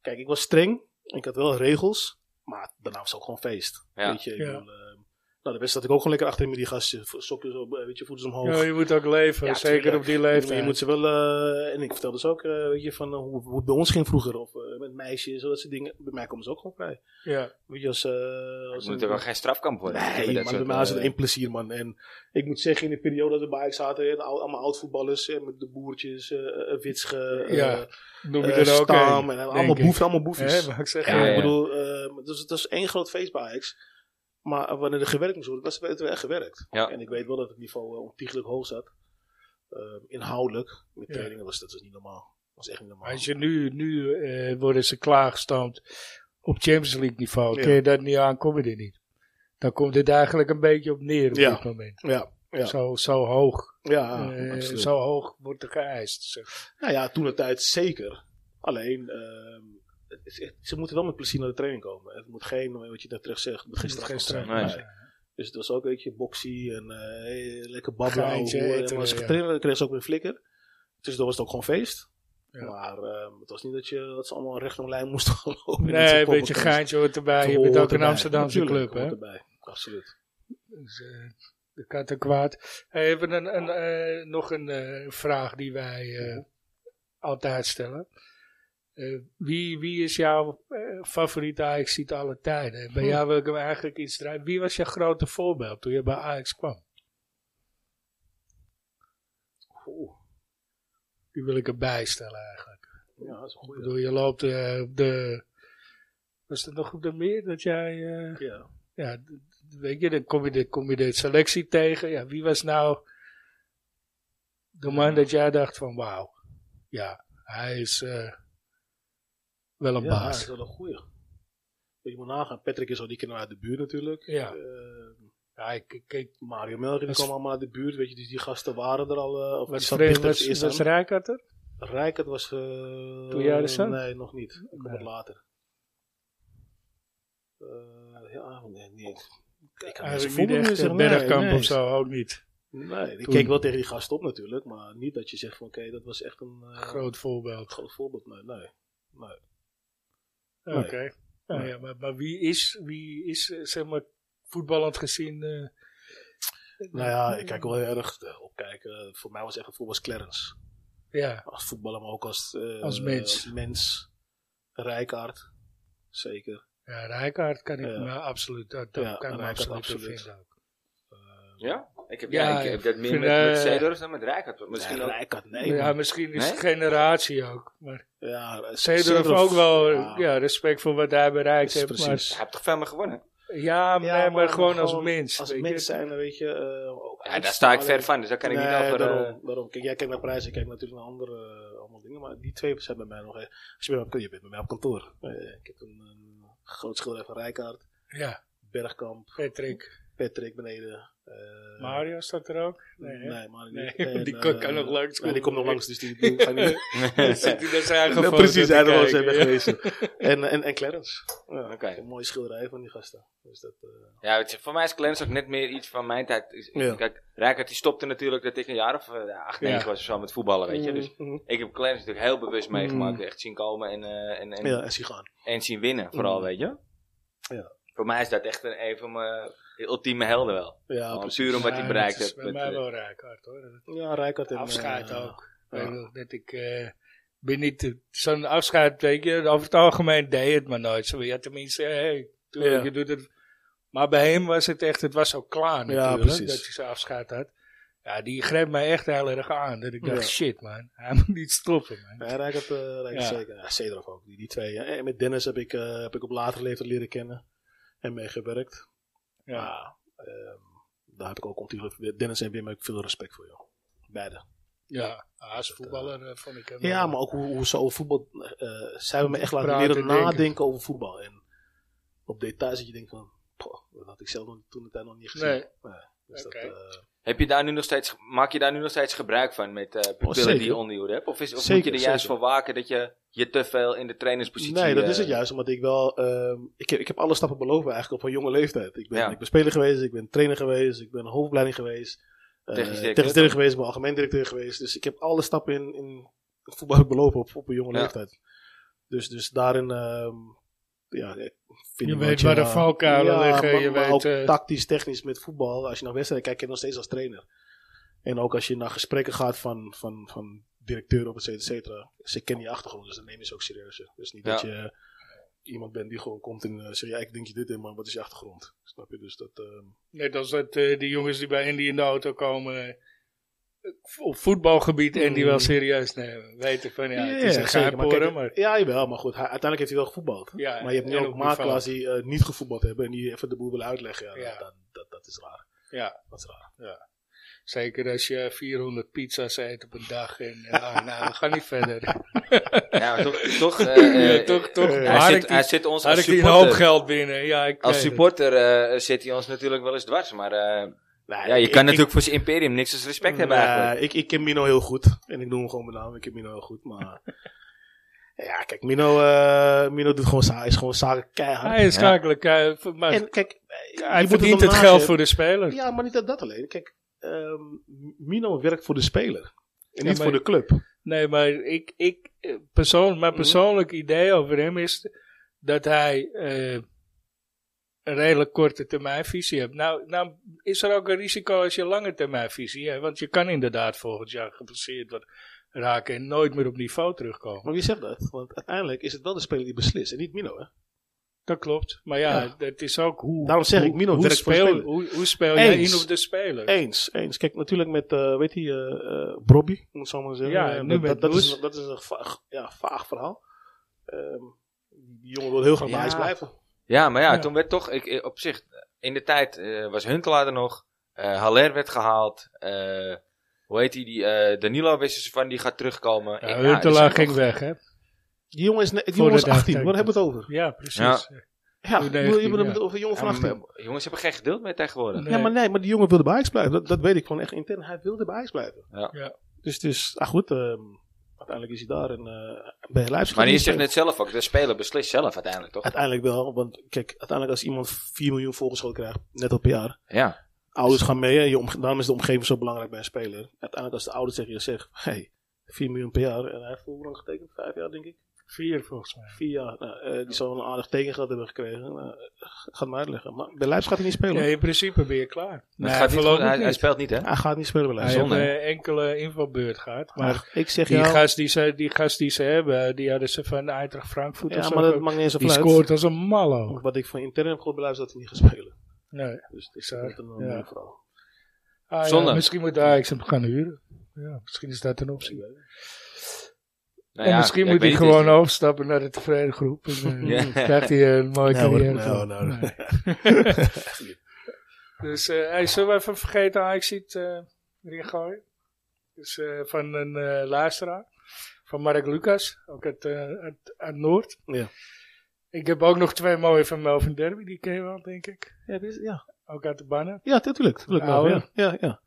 kijk, ik was streng. Ik had wel regels. Maar daarna was het ook gewoon feest. Ja. Weet je, ik Ja. bedoel, eh, nou, de best zat ik ook gewoon lekker achter met die gasten. Vo- Sokjes op, eh, weet je, voetjes omhoog. Ja, je moet ook leven, Ja, zeker tuurlijk. op die Je leeftijd. moet- Je moet ze wel, eh, en ik vertelde ze ook, eh, weet je, van eh, hoe, hoe het bij ons ging vroeger, of eh, met meisjes, dat soort dingen. Bij mij komen ze ook gewoon vrij. ja. Weet je, als... eh, Het als moet er wel geen strafkamp worden. Nee, Dat man, bij soort, mij was het eh, één plezier, man. En ik moet zeggen, in de periode dat we bij Ajax zaten, en al- allemaal oud-voetballers, eh, met de boertjes, eh eh, Witsche, eh, Ja, noem je eh, er ook Staam, een, en denk allemaal ik. boeven, allemaal boefjes. Hè, wou ik zeggen. Ja, Ja, ja. ik bedoel, eh, het was- het was één groot feest bij Ajax. Maar eh, wanneer er gewerkt moest worden, was werd er echt gewerkt. Ja. En ik weet wel dat het niveau eh, ontiegelijk hoog zat. Eh, inhoudelijk, met Ja. trainingen was dat was niet normaal. Dat was echt niet normaal. Als je nu, nu eh, worden ze klaargestoomd op Champions League niveau. Ja. Kun je dat niet aan, kom je er niet. Dan komt het eigenlijk een beetje op neer op Ja. dit moment. Ja, ja, Zo, zo hoog. ja eh, absoluut. zo hoog wordt er geëist. zeg. Nou ja, toen de tijd zeker. Alleen, ehm, het is echt- ze moeten wel met plezier naar de training komen. Het moet geen, eh, wat je daar terecht zegt, het moet geen Het moet straf geen zijn. straf Nee. Dus het was ook, weet je, boxy en eh, hey, lekker babbelen. Geintje ouwe, eten, maar als ze ja. getraind werden, kregen ze ook weer flikker. Tussendoor was het ook gewoon feest. Ja. Maar ehm, het was niet dat, je, dat ze allemaal recht om lijn moesten gaan lopen. Nee, een beetje geintje hoort erbij. Je bent ook een Amsterdamse club, hè? Erbij. Absoluut. Dus, eh, de kat en kwaad. Hey, even een, een, eh, nog een eh, vraag die wij eh, altijd stellen. Eh, wie, wie is jouw eh, favoriete ajax ziet alle tijden? Bij jou wil ik hem eigenlijk iets draaien. Wie was jouw grote voorbeeld toen je bij Ajax kwam? Oeh, Die wil ik erbij stellen eigenlijk. ja, dat is een Ik goede. bedoel, je loopt eh, op de... Was dat nog op de meer dat jij... eh, Ja. ja, d- d- weet je, dan kom je, de, kom je de selectie tegen. Ja, wie was nou de man dat jij dacht van wauw, ja, hij is eh, wel een ja, dat is baas. wel een goede. Je moet nagaan. Patrick is al die keer uit de buurt natuurlijk. Ja. Eh, Ja, ik, ik, ik Mario Melger, die Was- kwam allemaal uit de buurt. Weet je, dus die gasten waren er al. eh, of die was, zat Fred, dichter op was, de eerste was hand. Rijkaard er? Rijkert was... eh Toen jij er zat? Nee, nog niet. Ik kom Nee. het later. Eh, ja, nee, niet. Ik kan Eigenlijk zijn niet voornaam echt, zeggen, eh, nee, Bergkamp nee. of zo, ook niet. Nee, ik Toen. keek wel tegen die gasten op natuurlijk. Maar niet dat je zegt van oké, dat was echt een eh, Groot voorbeeld. groot voorbeeld. Nee, nee. nee. Nee. Oké. Nou Nee. ja, maar, maar wie is, wie is eh, zeg maar, voetballend gezien... eh, Nou ja, ik kijk wel heel erg eh, opkijken. Voor mij was echt het voetbal was Clarence. Ja, Als voetballer, maar ook als, eh, Als mens. Als mens. Rijkaard. Zeker. ja Rijkaard kan ik Ja. me absoluut, dat, dat Ja, kan ik me Rijkaard absoluut, absoluut. vinden ook. Eh, Ja? Ik heb, Ja, ja, ik heb dat meer vind, met, met eh, Seedorf dan met Rijkaard. Misschien Misschien ook. Rijkaard, nee. ja, man. misschien is het Nee? generatie ook. Maar Ja, eh, Zeedorf ook wel ja. respect voor wat hij bereikt is heeft. Maar, Hij precies. heeft toch veel meer gewonnen? ja, nee, maar, gewoon als mens. Als weet mens je. zijn, weet je. eh, ook Ja, daar uitstralen. sta ik ver van, dus daar kan ik niet Nee, over... eh, daarom, daarom. Kijk, jij kijkt naar prijzen, ik kijk natuurlijk naar andere eh, allemaal dingen. Maar die twee zijn bij mij nog... eh, Als je, bij mij, je bent bij mij op kantoor. Eh, ik heb een, eh, groot schilderij van Rijkaard, Ja, Bergkamp, Patrick. Patrick beneden. Eh, Mario staat er ook? Nee, hè? Nee, Mario Nee, niet. die En, kan- eh, kan nog langs nee, die komt komen. nog langs, dus die die hoeft hij niet. eh, Dan zit hij naar zijn eigen Nou, foto precies, te hij was kijken, hebben ja. geweest. En, en, en Clarence. Ja, Oké. Een mooie schilderij van die gasten. Dus dat, eh, Ja, weet je, voor mij is Clarence ook net meer iets van mijn tijd. Is- Ja. Kijk, Rijkaard die stopte natuurlijk dat ik een jaar of eh, acht, negen Ja. was of zo met voetballen, weet je. Dus Mm, Mhm. ik heb Clarence natuurlijk heel bewust meegemaakt. Mm. Echt zien komen en, eh, en, en, Ja, en Sigaan. en zien winnen, vooral, Mm. weet je. Ja. Voor mij is dat echt een, een van mijn ultieme helden wel. Ja, Gewoon precies. puur omdat Ja, hij bereikt dat is heeft. bij met, mij eh, wel raak hard hoor. Ja, Rijkaard en... eh, Afscheid ook. ja. Ik weet nog dat ik eh, ben niet te- zo'n afscheid, weet je, over het algemeen deed het maar nooit. Zo, ja, tenminste, hé, hey, toen Ja. je doet het. Maar bij hem was het echt, het was al klaar natuurlijk, precies. dat hij zijn afscheid had. Ja, die greep mij echt heel erg aan. Dat ik dacht, Ja. shit man, hij moet niet stoppen man. Ja, Rijkaard, eh, Rijkaard Ja. zeker. Ja, Cedrof ook, die, die twee. ja. En met Dennis heb ik, eh, heb ik op latere leeftijd leren kennen. En meegewerkt. Ja. Maar, ehm, daar heb ik ook ontiegelijk... Dennis en Wim heb ik veel respect voor, joh. Beide. Ja, als voetballer eh, vond ik hem. Ja, wel- maar ook hoe, hoe ze over voetbal... eh zij hebben me echt laten Praten, leren denken. nadenken over voetbal. En op details dat je denkt van... "Poh, dat had ik zelf nog- toen de tijd nog niet gezien. Nee. Dus Oké. dat, eh, Heb je daar nu nog steeds, maak je daar nu nog steeds gebruik van met eh Oh, pupillen Oh, zeker. die je onder je hoede hebt? Of, is, of moet Zeker, je er juist zeker. voor waken dat je je te veel in de trainerspositie... nee, dat eh, is het juist. Omdat ik wel... ehm, ik, heb, ik heb alle stappen belopen eigenlijk op een jonge leeftijd. Ik ben, Ja. ik ben speler geweest, ik ben trainer geweest, ik ben hoofdopleiding geweest. Technisch eh, directeur. technisch directeur geweest, ik ben algemeen directeur geweest. Dus ik heb alle stappen in, in het voetbal belopen op, op een jonge Ja. leeftijd. Dus, dus daarin... ehm, ja, ik vind Je ik weet wat waar de valkuilen liggen, maar- je maar weet, ook eh, tactisch, technisch met voetbal. Als je naar wedstrijden kijkt, ken je nog steeds als trainer. En ook als je naar gesprekken gaat van, van, van directeuren op et cetera, et cetera. Ze kennen die achtergrond, dus dan nemen ze ook serieuzer. Dus niet Ja. dat je iemand bent die gewoon komt en eh, zegt, ja, ik denk je dit in, maar wat is je achtergrond? Snap je? Dus dat... ehm, Net als dat eh, die jongens die bij Andy in de auto komen. eh, op voetbalgebied en die wel Mm. serieus nemen. Weten van ja, het is een zeker, maar kijk, gaaphoren, maar. Ja, jawel, maar goed, hij- uiteindelijk heeft hij wel gevoetbald. Ja, maar je hebt nu en ook op makelaars die eh, niet gevoetbald hebben en die even de boel willen uitleggen. Ja, Ja. Dat, dat, dat is raar. Ja, Dat is raar. zeker als je 400 pizza's eet op een dag. En ah, nou, we gaan niet verder. Ja, maar toch... toch, eh, Ja, toch- toch. Hij, Had ik zit, die- hij zit ons Had als ik die een hoop supporter... geld binnen. Ja, ik Als weet het. supporter eh, zit hij ons natuurlijk wel eens dwars, maar... eh, Nee, ja, je Nou, ik- kan ik- natuurlijk voor zijn imperium niks als respect hebben Nee, eigenlijk. ik, ik ken Mino heel goed. En ik noem hem gewoon mijn naam. Ik ken Mino heel goed. Maar ja, kijk, Mino, eh, Mino doet gewoon, za- is gewoon zaken keihard. Hij is Ja. schakelijk. Hij, maar en kijk, eh, je moet hij verdient hem het geld nageven. voor de speler. Ja, maar niet dat, dat alleen. Kijk, ehm, Mino werkt voor de speler. En Ja, niet maar- voor de club. Nee, maar ik, ik, eh, persoon, mijn Mhm. persoonlijk idee over hem is dat hij eh, een redelijk korte termijn visie heeft. Nou, nou is er ook een risico als je lange termijn visie hebt, want je kan inderdaad volgend jaar gepasseerd worden, raken en nooit meer op niveau terugkomen. Maar wie zegt dat? Want uiteindelijk is het wel de speler die beslist. En niet Mino, hè? Dat klopt, maar ja, Ja. dat is ook hoe. Daarom zeg hoe- ik, Mino hoe werkt voor de speel, speler. Hoe, hoe speel jij Eens. in op de speler? Eens, eens. Kijk, natuurlijk met, eh, weet je, eh eh, Brobby, om het zo maar te zeggen. Ja, Eh, nu dat, met dat, dat Loes. is, dat is een vaag, ja, vaag verhaal. Ehm, die jongen wil heel graag bij Ja. Ajax blijven. Ja, maar ja, Ja. toen werd toch, ik, eh, op zich, in de tijd eh, was Huntelaar er nog, eh Haller werd gehaald, eh, hoe heet die, die eh, Danilo wisten ze van, die gaat terugkomen. Ik- nou, Ja, ja, er Huntelaar zijn ging toch- weg, hè? Die jongen is, ne- Voor die jongen de is 18, dag, waar hebben we het over? Ja, precies. Ja, Voor ik de bedoel, je 19, bedoelt ja. over een jongen Ja, van maar 18. m- jongens hebben geen geduld meer tegenwoordig. Nee. Ja, maar nee, maar die jongen wilde bij Ajax blijven. Dat, dat weet ik gewoon echt intern. Hij wilde bij Ajax blijven. Ja. Ja. Dus, dus ah goed, ehm, uiteindelijk is hij daar en eh bij Leipzig. Maar die niet zegt net zelf ook, de speler beslist zelf uiteindelijk, toch? Uiteindelijk wel, want kijk, uiteindelijk als iemand 4 miljoen voorgeschoten krijgt, net op een jaar. Ja, ouders gaan mee. En je omge- daarom is de omgeving zo belangrijk bij een speler. Uiteindelijk als de ouders tegen je zeggen, hey, 4 miljoen per jaar. En hij heeft voor hoe lang getekend? Vijf jaar denk ik? Vier volgens mij. Vier jaar. Nou, eh, die zal wel een aardig tegengeld hebben gekregen. Nou, eh, gaat mij uitleggen. Maar bij Leipzig gaat hij niet spelen. Ja, in principe ben je klaar. dat Nee, gaat niet goed, voorlopig hij, hij niet. speelt niet, hè? Hij gaat niet spelen bij Hij Leipzig. Zonde, heeft eh, enkele invalbeurt gehad. Maar Maar ik zeg nou- die, jou, gast die, ze, die gast die ze hebben, die hadden ze van Eintracht Frankfurt of ja, zo. maar dat maakt niet eens die zoveel uit. scoort als een mallo. Wat ik van intern heb gehoord bij Leipzig, dat hij niet gaat spelen. Nee. Dus dat is Bizar. net een Ja. ander verhaal. Ah, ja, Zonde. misschien moet Ajax hem gaan huren. Ja, misschien is dat een optie. Nou en ja, ja, misschien ik moet hij weet niet, gewoon overstappen naar de tevreden groep. En, eh, Ja. krijgt hij een mooie Nee, hoor, carrière. nee, van. hoor, nee, hoor. Nee. dus eh hey, zullen we even vergeten Ajax ziet eh erin gooien? Dus, eh, van een eh, luisteraar. Van Mark Lucas, ook uit, eh, uit, uit Noord. Ja. Ik heb ook nog twee mooie van Melvin Derby, die ken je wel, denk ik. Ja, dit is, ja. Ook uit de bannen. Ja, natuurlijk. natuurlijk Nou, wel, ja, ja, ja.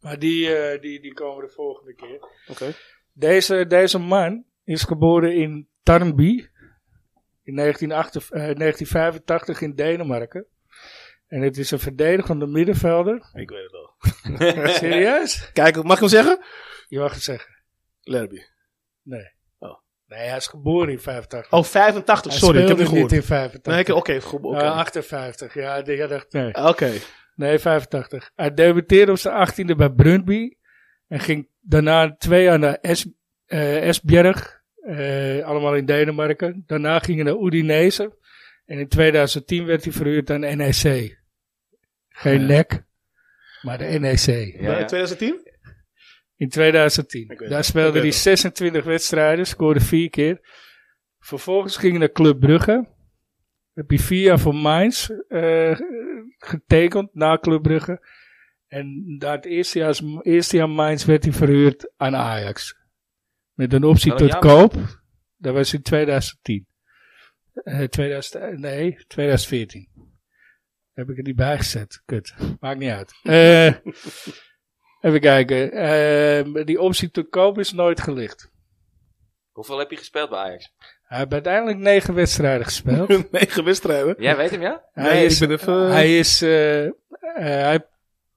Maar die, eh, die, die komen de volgende keer. Oké. Deze, deze man is geboren in Tarnby. In 1988 eh, 1985 in Denemarken. En het is een verdedigende middenvelder. Ik weet het wel. Serieus? Kijk, mag ik hem zeggen? Je mag het zeggen. Lerby. Nee, hij is geboren in 85. Oh, 85, Hij sorry. Ik heb speelde niet gehoord. niet in 85. Nee, ik- oké, even goed. Oké. Ah, Eh, 58, ja, de- ja, dacht, nee. Oké. nee, 85. Hij debuteerde op zijn 18e bij Brøndby en ging daarna twee jaar naar es, eh, Esbjerg, eh, allemaal in Denemarken. Daarna ging hij naar Udinese en in 2010 werd hij verhuurd aan NEC. Geen Ja. NEC, maar de NEC. Ja, ja. 2010? In 2010. Ik weet Daar het. Ik speelde weet hij het. 26 wedstrijden, scoorde vier keer. Vervolgens ging hij naar Club Brugge. Heb hij vier jaar voor Mainz eh, getekend na Club Brugge. En na het eerste jaar, eerste jaar Mainz werd hij verhuurd aan Ajax. Met een optie Welk tot jaar? koop. Dat was in 2010. Eh, 2000, nee, 2014. Heb ik er niet bij gezet. Kut. Maakt niet uit. Eh Even kijken. Ehm, die optie te koop is nooit gelicht. Hoeveel heb je gespeeld bij Ajax? Hij heeft uiteindelijk negen wedstrijden gespeeld. Negen wedstrijden. Jij weet hem, ja? hij Nee, is, ik ben even- hij is eh, eh, hij,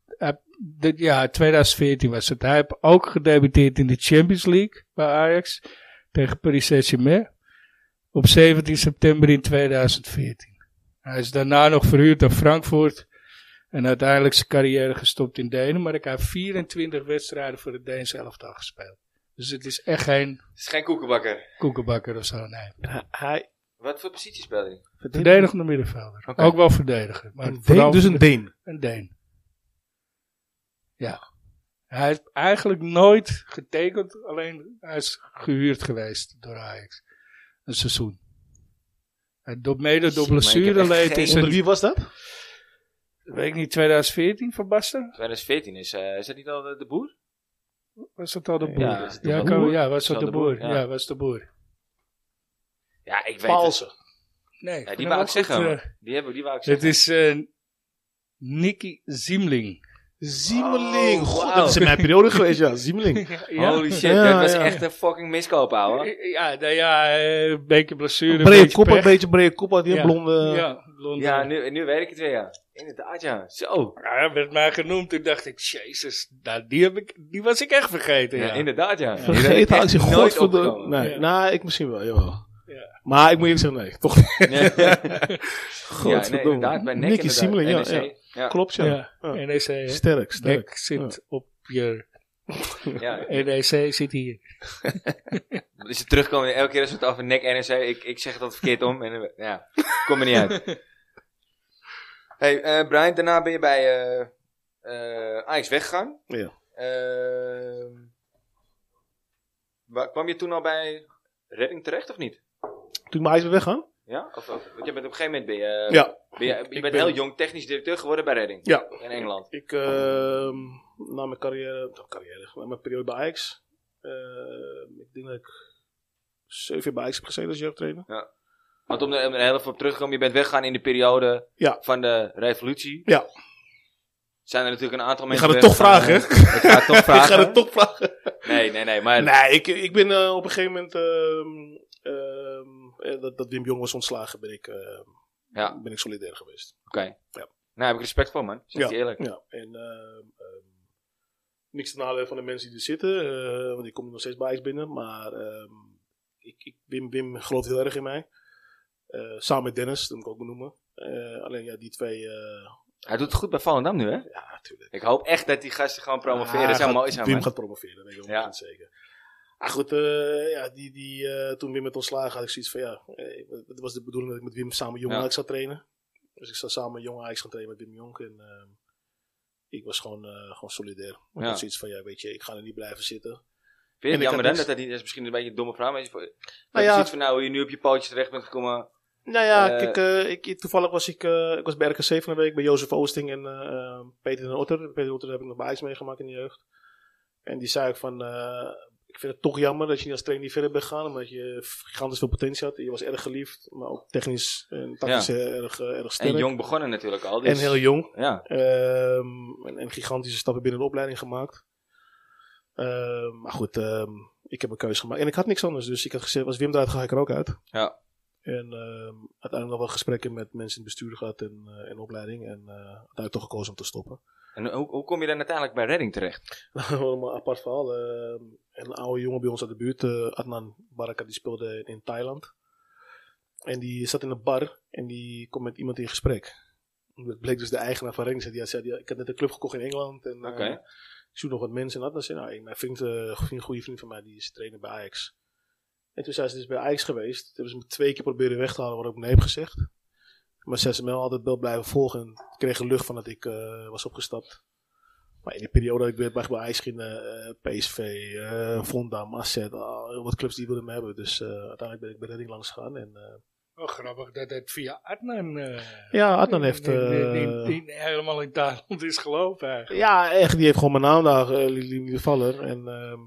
hij- dit- ja, 2014 was het. Hij heeft ook gedebuteerd in de Champions League bij Ajax tegen Paris Saint-Germain op 17 september in 2014. Hij is daarna nog verhuurd naar Frankfurt en uiteindelijk zijn carrière gestopt in Denemarken. Hij heeft 24 wedstrijden voor het Deense elftal gespeeld. Dus het is echt geen Het is geen koekenbakker. koekenbakker of zo, nee. Hij... Wat voor positie speelde hij? Verdedigende middenvelder. Oké. Ook wel verdediger. Maar Een vooral Deen, dus een Deen. een Deen. Ja. Hij is eigenlijk nooit getekend, alleen hij is gehuurd geweest door Ajax. Een seizoen. En door, mede door Zie, maar ik heb echt blessure leed is geen- Onder het, wie was dat? weet ik niet, 2014 van Basten? 2014 is, eh, is dat niet al de, de boer? Was dat al de boer? Ja, Ja, is het al de kan- boer? ja, was dat de boer? ja. Ja, was de boer. Ja, ik weet het. Palsen. Nee, Ja, die wou ik zeggen. Het, hoor. die, hebben, die wou ik eh, het zeggen. is eh Nicky Ziemling. Ziemeling. Oh, God, wauw. dat is in mijn periode geweest, ja. Ziemeling. Ja. Holy shit, Ja, dat was ja, echt een fucking miskoop, ouwe. Ja, nou ja, eh, een beetje blessure. Brede beetje kop, een eh, pech. beetje brede kop. Had die Ja. blonde... Ja, blonde. Ja, nu, nu weet ik het weer, ja. Inderdaad, ja. Zo. Ja, werd mij genoemd. Toen dacht ik, jezus, nou, die, heb ik, die was ik echt vergeten. Ja, Ja, inderdaad, ja. Die ben ik Vergeet echt als je nooit godverdomme... opgekomen. Nee, Ja. nou, ik misschien wel, jawel. Ja. Maar ik moet eerlijk zeggen, nee. Toch Nee. Godverdomme. Ja, nee, inderdaad, bij Nick Nicky inderdaad. Siemeling, ja, NEC, ja. Klopt, ja. ja. Ja. NEC. hè. Sterk, sterk. Nek zit op je... ja. NEC zit hier. Dus ze terugkomen, elke keer als we het over nek NRC, ik, ik zeg dat verkeerd om en eh, ja, kom er niet uit. Hey, eh, Brian, daarna ben je bij eh eh, Ajax weggegaan. Ja. Ehm, waar, kwam je toen al bij Redding terecht of niet? Toen maar eens weer weggaan? Ja? Of, of- want je bent op een gegeven moment ben je, Ja. ben je, je Ik bent ben- heel jong technisch directeur geworden bij Redding Ja. in Engeland. Ik, ehm, na mijn carrière, nou, carrière, na mijn periode bij Ajax, ehm, ik denk dat ik zeven jaar bij Ajax heb gezeten als jeugdtrainer. Want om er om er heel even op terug te komen, je bent weggegaan in de periode Ja. van de revolutie. Ja. Zijn er natuurlijk een aantal Je mensen... gaat het toch weggegaan, vragen, hè? eh, Ik ga het toch Ik vragen. ga het toch vragen. Nee, nee, nee. Maar Nee, ik, ik ben eh, op een gegeven moment, ehm, ehm, eh, dat, dat Wim Jong was ontslagen, ben ik, ehm, Ja. ben ik solidair geweest. Oké. Ja. Nou, daar heb ik respect voor, man. Zeg je eerlijk. Ja, en ehm, ehm, niks te nadelen van de mensen die er zitten, eh, want ik kom nog steeds bij IJs binnen, maar ehm, ik, ik, Wim, Wim gelooft heel erg in mij. Eh, samen met Dennis, dat moet ik ook benoemen. Eh, alleen ja, die twee, eh, Hij doet het goed bij Volendam nu, hè? ja, natuurlijk. Ik hoop echt dat die gasten gewoon promoveren. Ah, Dat zou gaat- mooi zijn, Wim man. gaat promoveren, weet ik Ja. 100% zeker. Ah, goed, eh, ja, die, die, eh, toen Wim met ontslagen had ik zoiets van, ja, eh, het was de bedoeling dat ik met Wim samen Jong Ja. Ajax zou trainen. Dus ik zou samen Jong Ajax gaan trainen met Wim Jong en ehm, ik was gewoon, eh, gewoon solidair. Ik Ja. had zoiets van, ja, weet je, ik ga er niet blijven zitten. Vind je En het ik jammer had dan? Dat dus- hij niet- dat is misschien een beetje een domme vraag. Maar je- dat Nou je ja. ziet van nou, hoe je nu op je pootje terecht bent gekomen. Nou ja, Eh, kijk, eh, ik, toevallig was ik, eh, ik was bij RKC van de week bij Jozef Oosting en eh, eh, Peter den Otter. Peter den Otter heb ik nog bij IJs meegemaakt in de jeugd. En die zei ook van, eh, ik vind het toch jammer dat je niet als trainer niet verder bent gegaan. Omdat je gigantisch veel potentie had. Je was erg geliefd. Maar ook technisch en tactisch eh, erg, eh, erg sterk. En jong begonnen natuurlijk al. Dus, En heel jong. Ja, Ehm, en, en gigantische stappen binnen de opleiding gemaakt. Ehm, maar goed, ehm, ik heb een keuze gemaakt. En ik had niks anders. Dus ik had gezegd, als Wim eruit gaat, ga ik er ook uit. Ja. En ehm, uiteindelijk nog wel gesprekken met mensen in het bestuur gehad en, eh, en opleiding. En eh, uiteindelijk toch gekozen om te stoppen. en hoe, hoe kom je dan uiteindelijk bij redding terecht? Helemaal een apart verhaal. ehm, een oude jongen bij ons uit de buurt, eh, Adnan Baraka, die speelde in Thailand. En die zat in een bar en die kwam met iemand in gesprek. Dat bleek dus de eigenaar van Rings. Die had zei, die- ik had net een club gekocht in Engeland. En, eh, Oké. ik zoek nog wat mensen. En Adnan zei, nou, mijn vriend, eh, een goede vriend van mij, die is trainer bij Ajax. En toen zijn ze dus bij Ajax geweest. Toen hebben ze me twee keer proberen weg te halen, wat ik nee heb gezegd. Maar ze hebben me altijd wel blijven volgen. En kregen lucht van dat ik eh, was opgestapt. Maar in die periode dat ik weer bij bij Ajax ging, eh, PSV, eh Vondam, AZ, al heel wat clubs die wilden me hebben. Dus eh, uiteindelijk ben ik bij Redding langs gegaan. En, eh, Wel Oh, grappig dat het via Adnan... eh, ja, Adnan heeft... die- die- die- eh, die helemaal in Thailand is gelopen eigenlijk. Ja, echt. Die heeft gewoon mijn naam daar, eh, Lili de Valler. En ehm,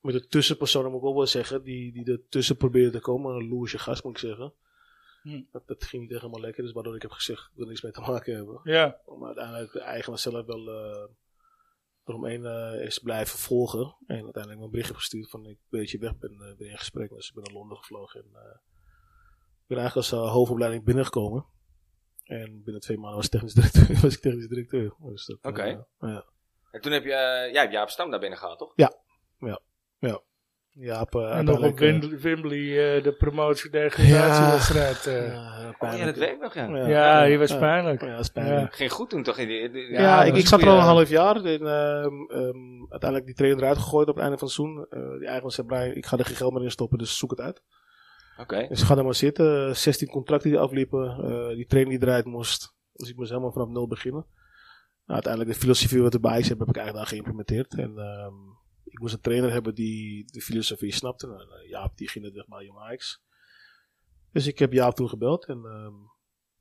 met de tussenpersoon moet ik ook wel zeggen, die, die er tussen probeerde te komen. Een loersje gast moet ik zeggen. Hm. Dat, dat ging niet echt helemaal lekker, dus waardoor ik heb gezegd, ik wil niks mee te maken hebben. Ja, Maar uiteindelijk de eigenaar zelf wel eh eromheen eh, is blijven volgen. En uiteindelijk mijn bericht heb gestuurd van ik weet dat je weg bent, eh ben in gesprek. Dus ik ben naar Londen gevlogen en eh, ik ben eigenlijk als eh, hoofdopleiding binnengekomen. En binnen twee maanden was ik technisch directeur. Was ik technisch directeur. Dus dat, eh, Oké. ja. En toen heb je, eh, jij hebt Jaap Stam daar binnen gehaald, toch? Jaap, eh, en nog op uiteindelijk, eh, Wimbley, Wimbley, eh, de promotie-degradatiewedstrijd. Ja. eh. Ja, Oh ja, dat pijnlijk. weet ik nog, ja. Ja. ja. die was Ja. pijnlijk. Ja, dat is pijnlijk. Ja. Ging goed toen toch? in die- die- Ja, dat ik, was ik zat er al goeie- een half jaar. En, ehm, ehm, uiteindelijk die trainer eruit gegooid op het einde van het seizoen. Eh, die eigenaar zei, Brian, ik ga er geen geld meer in stoppen, dus zoek het uit. eh, Oké. Dus ga er maar zitten. 16 contracten die afliepen. eh, die trainer die eruit moest. Dus ik moest helemaal vanaf nul beginnen. Nou, uiteindelijk de filosofie wat erbij is, heb ik eigenlijk daar geïmplementeerd. En ehm, ik moest een trainer hebben die de filosofie snapte. Nou, eh, Jaap die ging het weg bij Jong Ajax. Dus ik heb Jaap toen gebeld. En ehm,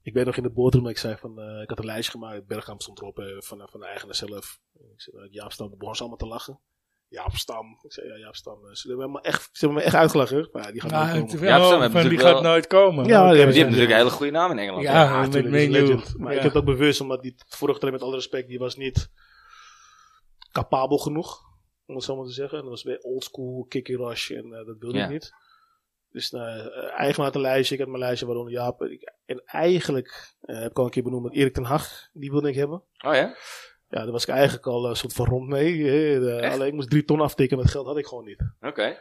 ik ben nog in de boardroom. maar Ik zei van, eh, ik had een lijstje gemaakt. Bergkamp stond erop eh, van, van de eigenaar zelf. Ik zei, eh, Jaap Stam, de begon ze allemaal te lachen. Jaap Stam. Ik zei, ja, Jaap Stam. eh, Ze hebben me echt, ze hebben me echt uitgelachen. hè. Maar ja, die gaat Nou, niet komen. het- Ja, oh, Sam heeft van die natuurlijk gaat wel- nooit komen. eh, Ja, Oké. die Die hebben hebben natuurlijk een hele goede naam in Engeland. Ja, met tuurlijk, is een menu. legend. Maar Ja. ik heb het ook bewust, omdat die vorige trainer, met alle respect, die was niet capabel genoeg. Om het zo maar te zeggen. En dat was weer oldschool, kicky rush en eh, dat wilde Ja. ik niet. Dus nou, eh, eigenaar had een lijstje, ik had mijn lijstje waaronder Jaap. Ik- en eigenlijk eh, heb ik al een keer benoemd met Erik ten Hag, die wilde ik hebben. Oh ja? Ja, daar was ik eigenlijk al een soort van rond mee. Eh, de- Echt? alleen ik moest drie ton aftikken, dat geld had ik gewoon niet. Oké.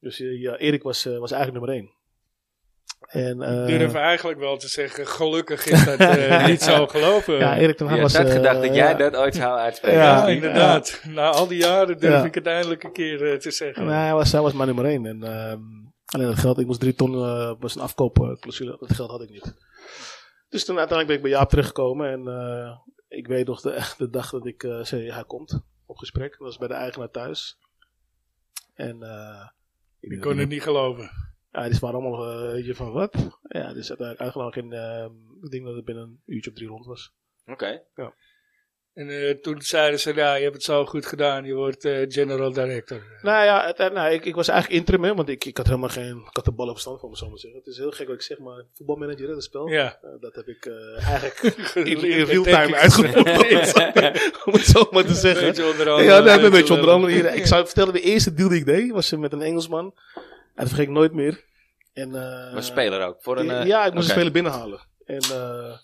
Dus eh, ja, Erik was, eh, was eigenlijk nummer één. En, eh, Ik durf eigenlijk wel te zeggen, gelukkig is dat eh, niet zo gelopen. ja, Erik ten Hag Je had was... nooit eh, gedacht dat jij ja. dat ooit zou uitspreken. Ja, Ja, inderdaad. Na al die jaren durf Ja. ik het eindelijk een keer eh, te zeggen. Nee, hij was, hij was maar nummer één. En, ehm, alleen dat geld, ik moest drie ton, eh, was een afkoopclausule, dat geld had ik niet. Dus toen uiteindelijk ben ik bij Jaap teruggekomen en eh, ik weet nog de, echt de dag dat ik eh, zei, hij komt op gesprek. Dat was bij de eigenaar thuis. En eh, ik Ik denk kon dat het niet geloven. ja, dus waren allemaal, eh, weet je van wat? Ja, dus uiteindelijk uitgenodigd in, ehm, ik denk dat het binnen een uurtje of drie rond was. Oké. En eh, toen zeiden ze, ja, je hebt het zo goed gedaan, je wordt eh, general director. Nou ja, uiteindelijk- nou, ik, ik was eigenlijk interim, hè, want ik, ik had helemaal geen, ik had de bal op stand van me, zo maar zeggen. Het is heel gek wat ik zeg, maar voetbalmanager, hè, dat spel. Ja. Eh, dat heb ik eh, eigenlijk in, in real Dat denk time ik. uitgevonden, om het zo- om het zo maar te Een zeggen. beetje eh, onder andere. Ja, nee, een beetje onder andere. Hier, ik zou vertellen, de eerste deal die ik deed was eh, met een Engelsman. En dat vergeet ik nooit meer. En, eh, Was speler ook. Voor een, eh, ja, ik moest oké. een speler binnenhalen. En eh,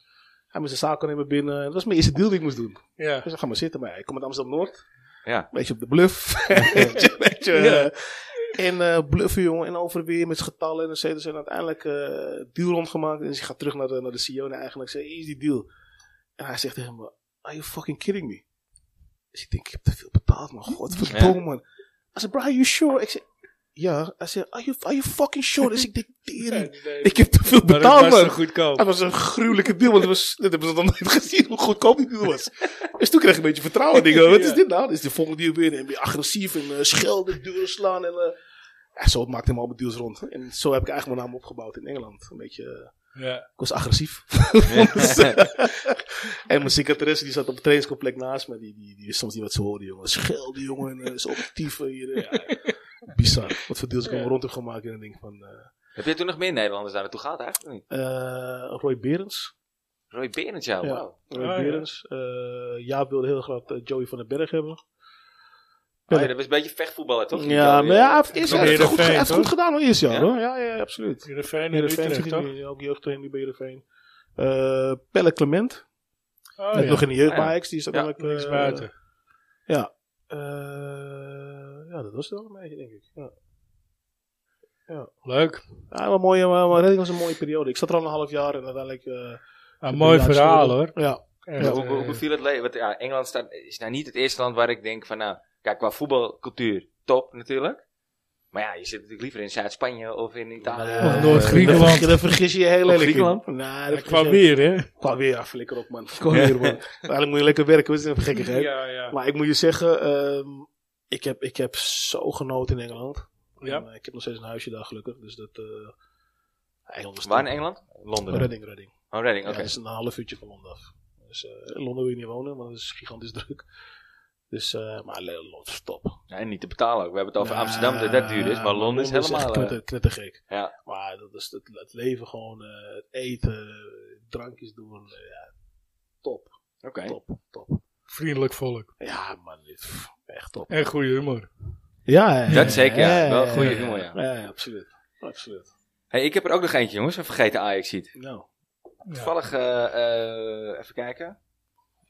hij moest de zaak nemen binnen. Dat was mijn eerste deal die ik moest doen. Ja. Dus dan ga maar zitten. Maar ja, ik kom uit Amsterdam-Noord. Ja. Beetje op de bluff. beetje, beetje, Ja. eh, en eh, bluffen, jongen. En over en weer met z'n getallen. En dan zijn uiteindelijk eh deal rondgemaakt. En ze gaat terug naar de, naar de CEO. En eigenlijk zei, hier is die deal. En hij zegt tegen me, are you fucking kidding me? Dus ik denk, ik heb te veel betaald, man. Godverdomme, man. Hij zei, Brian, you sure? Ik zei, ja. Hij zei, are you, are you fucking sure? Dus ik denk, tering. Ik heb te veel Maar het betaald, was man. zo goedkoop. Dat was een gruwelijke deal, want het was, dat hebben ze nog nooit gezien hoe goedkoop die deal was. Dus toen kreeg ik een beetje vertrouwen. Ik Denk, wat is Ja. dit nou? Dit is de volgende deal weer. En weer agressief en eh, schelden, deuren slaan. En, eh, ja, zo maakte hem al mijn deals rond. En zo heb ik eigenlijk mijn naam opgebouwd in Engeland. Een beetje, eh, Ja. ik was agressief. en mijn secretaresse die zat op het trainingscomplex naast me. Die, die, die wist soms niet wat ze hoorde, jongen. Schelden, jongen. en, eh, Zo actief eh, hier. eh, ja. bizar. Wat voor deals ik Ja. hem rond heb gemaakt in een ding van... eh Heb je toen nog meer Nederlanders daar naartoe gehad eigenlijk of niet? eh, Roy Berends. Roy Berends, ja. Ja. wauw. Roy Ah, ja. Berends. Eh, Jaap wilde heel graag eh, Joey van den Berg hebben. Oh, ja, dat was een beetje vechtvoetballer, toch? Die ja, Joey, maar ja, hij heeft, eerst, Nog hij heeft meer goed, Heerenveen, hij heeft toch? goed gedaan hoor, eerst jaar Ja? hoor. Ja, ja, absoluut. Heerenveen en Heerenveen Utrecht, zit toch? nu, ook jeugdtrainer nu bij Heerenveen. Eh Pelle Clement. Oh net ja, Nog in de jeugd Ja. bij Ajax, Die is dan Ja, ook, eh, niks buiten. eh, ja, dat was het wel een beetje, denk ik. Ja. Leuk. Ja, eh, maar mooie, maar, maar redding was een mooie periode. Ik zat er al een half jaar en uiteindelijk... eh, Ah, mooi ja, het verhaal speelde. hoor. Ja. Echt, Ja, hoe, hoe eh, beviel het leven? Want ja, Engeland staat, is nou niet het eerste land waar ik denk van, nou, kijk, qua voetbalcultuur, top natuurlijk. Maar ja, je zit natuurlijk liever in Zuid-Spanje of in Italië. Of Eh, Noord-Griekenland. daar vergis- Daar vergis je je heel lelijk in. Griekenland? Nee, hij dat kwam vergis je- weer, hè? Qua weer, ja, flikker op man. Qua weer man. Uiteindelijk moet je lekker werken, wat is dat voor gekkigheid. Ja, ja. Maar ik moet je zeggen, ehm, ik, heb, ik heb zo genoten in Engeland. Ja. En, eh, ik heb nog steeds een huisje daar gelukkig, dus dat... eh Engeland was Waar in top. Engeland? Londen. Redding, Redding. Oh, Reading, Ja, dus- oké. dat is een half uurtje van Londen af. Dus eh, in Londen wil je niet wonen, want het is gigantisch druk. Dus, eh, maar Le- Londen is top. Ja, en niet te betalen ook. We hebben het over Nou, Amsterdam, dat dat duur is, maar Londen is helemaal... echt eh, knetter, knettergek. Ja. Maar dat is het, het leven gewoon, eh, het eten, drankjes doen. eh, ja, top, Oké. top, top. Vriendelijk volk. Ja, man, dit, pff, echt top. En goede humor. Ja, eh, Dat zeker, ja. eh, Wel een goede eh, humor, ja. eh, absoluut. Absoluut. Hey, ik heb er ook nog eentje, jongens. Een vergeten Ajax-sheet. Nou, Ja. Toevallig, eh, eh, even kijken.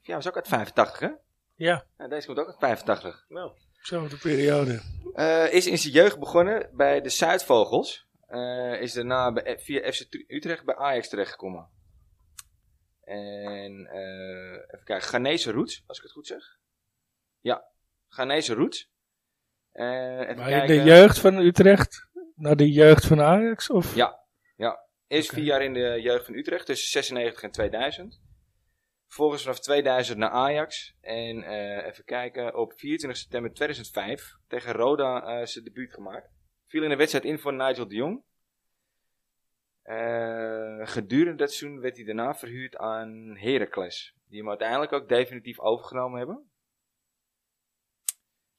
Ja, was ook uit 85, hè? Ja. Nou, deze komt ook uit 85. nou. Zo'n periode. Eh, is in zijn jeugd begonnen bij de Zuidvogels. Eh, is daarna bij, via FC Tu- Utrecht bij Ajax terechtgekomen. En eh, even kijken, Ghanese roots, als ik het goed zeg. Ja, Ghanese roots. Eh, even Maar in kijken. de jeugd van Utrecht naar de jeugd van Ajax? Of? Ja. Eerst Oké. vier jaar in de jeugd van Utrecht, tussen 96 en 2000. Vervolgens vanaf 2000 naar Ajax. En eh, even kijken, op 24 september 2005 tegen Roda eh, zijn debuut gemaakt. Viel in de wedstrijd in voor Nigel de Jong. Eh, gedurende dat seizoen werd hij daarna verhuurd aan Heracles. Die hem uiteindelijk ook definitief overgenomen hebben.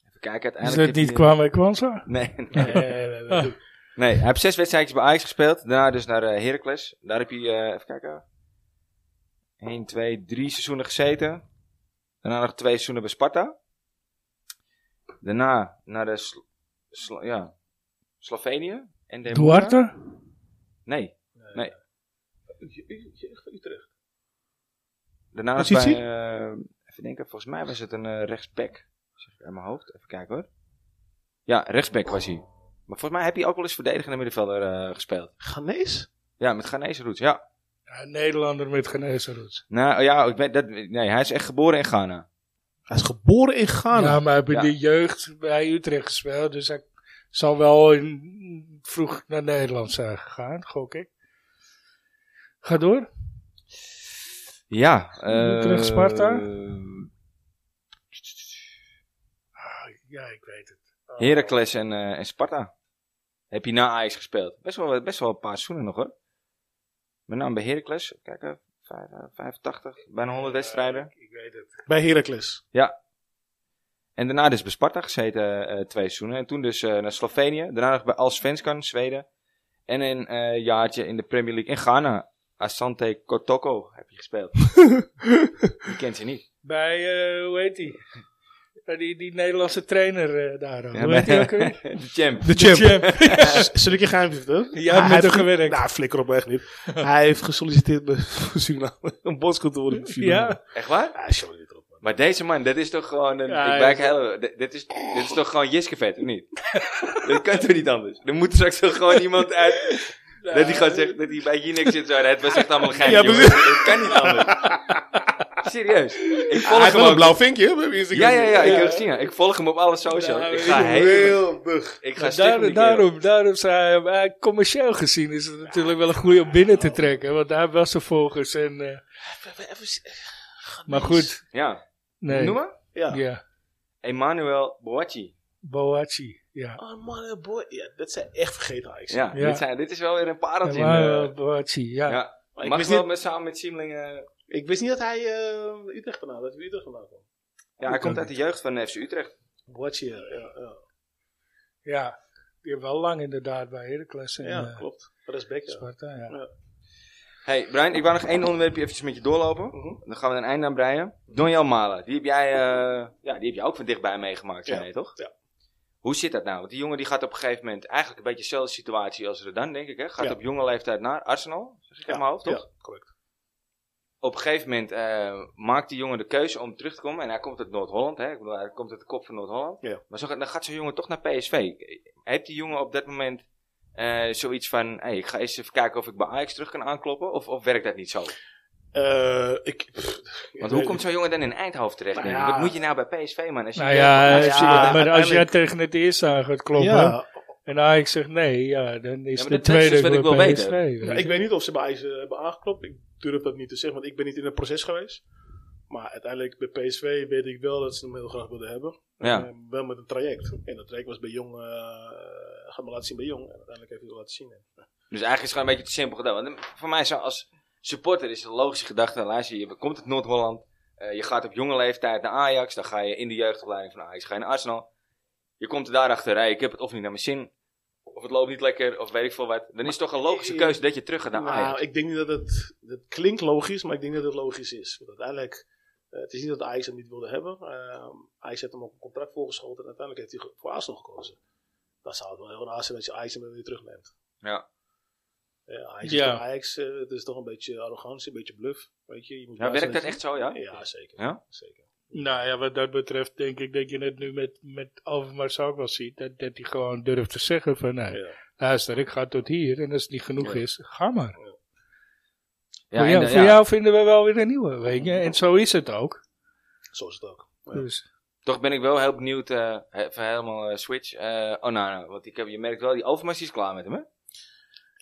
Even kijken, Is uiteindelijk... dat heeft niet hij- Kwame Kwanza? Nee, nee. eh, eh, eh, eh, Nee, hij heeft zes wedstrijdjes bij Ajax gespeeld. Daarna dus naar eh, Heracles. Daar heb hij, eh, even kijken. 1, 2, 3 seizoenen gezeten. Daarna nog twee seizoenen bij Sparta. Daarna naar de Sl- Slo- ja, Slovenië. En Den Boer. Duarte? Nee. je- je- je- je- Utrecht. Daarna nog bij, Positie? eh, even denken, volgens mij was het een eh rechtsback. Zeg ik uit mijn hoofd, even kijken hoor. Ja, rechtsback was hij. Maar volgens mij heb hij ook wel eens verdedigende middenvelder eh, gespeeld. Ghanese? Ja, met Ghanese roots, ja. Ja, Nederlander met Ghanese roots. Nou ja, ik weet dat, nee, hij is echt geboren in Ghana. Hij is geboren in Ghana. Ja, maar hij Ah, Ja. heeft in de jeugd bij Utrecht gespeeld. Dus hij zal wel in, vroeg naar Nederland zijn gegaan, gok ik. Ga door. Ja. eh, Utrecht, Sparta? Ah, Ja, ik weet het. Oh, Heracles en, eh, en Sparta. Heb je na Ajax gespeeld? Best wel, best wel een paar seizoenen nog hoor. Met name bij Heracles. Kijk, eh, vijf- eh, 85, bijna 100 wedstrijden. Ik weet het. Bij Heracles. En daarna dus bij Sparta gezeten eh, twee seizoenen. En toen dus eh, naar Slovenië. Daarna nog bij Allsvenskan, Zweden. En een eh, jaartje in de Premier League in Ghana. Asante Kotoko heb je gespeeld. Die kent ze niet. Bij, eh, hoe heet die? Bij die, die Nederlandse trainer eh, daar. ook. Ja, hoe bij- heet die ook weer? De champ. De champ. champ. Z- Zul ik je geheim vertellen? Jij hebt met heeft hem ge- gewerkt. Nou, flikker op, echt niet. hij heeft gesolliciteerd bij Suriname om bondscoach te worden in Suriname. Ja, Echt waar? Ja? Ah, sorry, dit erop, man. Maar deze man, dit is toch gewoon een. Ja, ik ja, wijk heel, dit, dit is, dit is toch gewoon Jiskevet, of niet? dat kan toch niet anders? Er moet straks toch gewoon iemand uit. Dat hij gaat zeggen dat hij bij Jinek zit. Zo, het was echt allemaal gein. Ja, jongen. dat kan niet anders. Serieus. Ik volg hij heeft hem wel ook. een blauw vinkje hè, op Instagram. ja, ja, ja, ik Ja. heb gezien. ja. Ik volg hem op alle socials. Nou, ik ga helemaal. Geweldig. Ik ga Maar stuk daar- met die kerel. daarom, daarom zei hij, maar commercieel gezien is het natuurlijk wel een goede om binnen te trekken. Want daar was er volgens. En, eh, maar goed, Ja. nee. Noem maar. Ja. Ja, Emmanuel Boachi. Boachi. Ja, Oh man, eh, boy. Ja, dat zijn echt vergeten Ajax. Ja, Ja. Dit, zijn, dit is wel weer een pareltje. in, Emmanuel eh, Boachi, ja. ja. Maar ik, Mag wist wel niet, met, samen met Siemling. eh, ik wist niet dat hij eh, Utrecht vandaan, dat hij Utrecht vandaan kwam. eh, ja, hij komt uit de jeugd van FC Utrecht. Boatje, ja, ja. Ja. Die hebben wel lang inderdaad bij Heracles en Ja, eh, klopt. Respect. Ja. Sparta. Ja. Hey Brian, ik wou nog één onderwerpje eventjes met je doorlopen. Mhm. Dan gaan we een einde aan breien. Donjan Malen, die heb jij, eh, ja, die heb jij ook van dichtbij meegemaakt, zei Ja, je toch? ja. Hoe zit dat nou? Want die jongen die gaat op een gegeven moment eigenlijk een beetje dezelfde situatie als Redan, denk ik. Hè? Gaat Ja. op jonge leeftijd naar Arsenal, zeg ik Ja, uit mijn hoofd, toch? Ja, correct. Op een gegeven moment eh, maakt die jongen de keuze om terug te komen. En hij komt uit Noord-Holland, hè? Ik bedoel, hij komt uit de kop van Noord-Holland. Ja. Maar zo, gaat- dan gaat zo'n jongen toch naar PSV. Heeft die jongen op dat moment eh, zoiets van... Hey, ik ga eens even kijken of ik bij Ajax terug kan aankloppen? Of, of werkt dat niet zo? Eh, ik, pff, ik Want hoe weet komt het. zo'n jongen dan in Eindhoven terecht? Nou denk ik? ja. Wat moet je nou bij PSV, man? Als je Nou ja, als je- ja, maar als jij uiteindelijk- tegen het eerst aan gaat kloppen Ja, en Ajax zegt nee, ja, dan is Ja, maar de dat- dat is tweede dus wat ik voor wil PSV. weten. weet Ja, je. ik weet niet of ze bij IJs eh, hebben aangeklopt. Ik durf dat niet te zeggen, want ik ben niet in het proces geweest. Maar uiteindelijk bij PSV weet ik wel dat ze hem heel graag wilden hebben. Ja. Eh, wel met een traject. En dat traject was bij Jong, eh gaat me laten zien bij Jong. En uiteindelijk heeft hij het laten zien. Dus eigenlijk is het gewoon een beetje te simpel gedaan. Want voor mij zo, als supporter is de logische gedachte... Luister, je komt uit Noord-Holland. eh, je gaat op jonge leeftijd naar Ajax. Dan ga je in de jeugdopleiding van Ajax. Ga je naar Arsenal. Je komt er daarachter. Hey, ik heb het of niet naar mijn zin. Of het loopt niet lekker. Of weet ik veel wat. Dan is het toch een logische keuze dat je terug gaat naar nou, Ajax. ik denk niet dat het, dat klinkt logisch, maar ik denk dat het logisch is. Want uiteindelijk, eh, het is niet dat IJs hem niet wilde hebben. Ehm IJs heeft hem op een contract voorgeschoten en uiteindelijk heeft hij ge- voor Arsenal gekozen. Dan zou het wel heel raar zijn als je IJs hem weer terugneemt. Ja. Ja, Ajax, Ja. Is toch Ajax eh, het is toch een beetje arrogantie, een beetje bluff. Weet je, je moet Ja, baas werkt dat zijn. echt zo, ja? Ja, zeker. Ja? zeker. Nou ja, wat dat betreft denk ik dat je het nu met, met Overmars ook wel ziet. Dat, dat hij gewoon durft te zeggen van nee, Ja. luister, ik ga tot hier. En als het niet genoeg Ja. is, ga maar. Ja, voor, en jou, dan- eh, voor ja. jou vinden we wel weer een nieuwe, weet je. En zo is het ook. Zo is het ook. Ja. Dus, Toch ben ik wel heel benieuwd, eh, even helemaal eh, switch. Eh, oh, nou, nou, want ik heb, je merkt wel, die Overmars is klaar met hem, hè?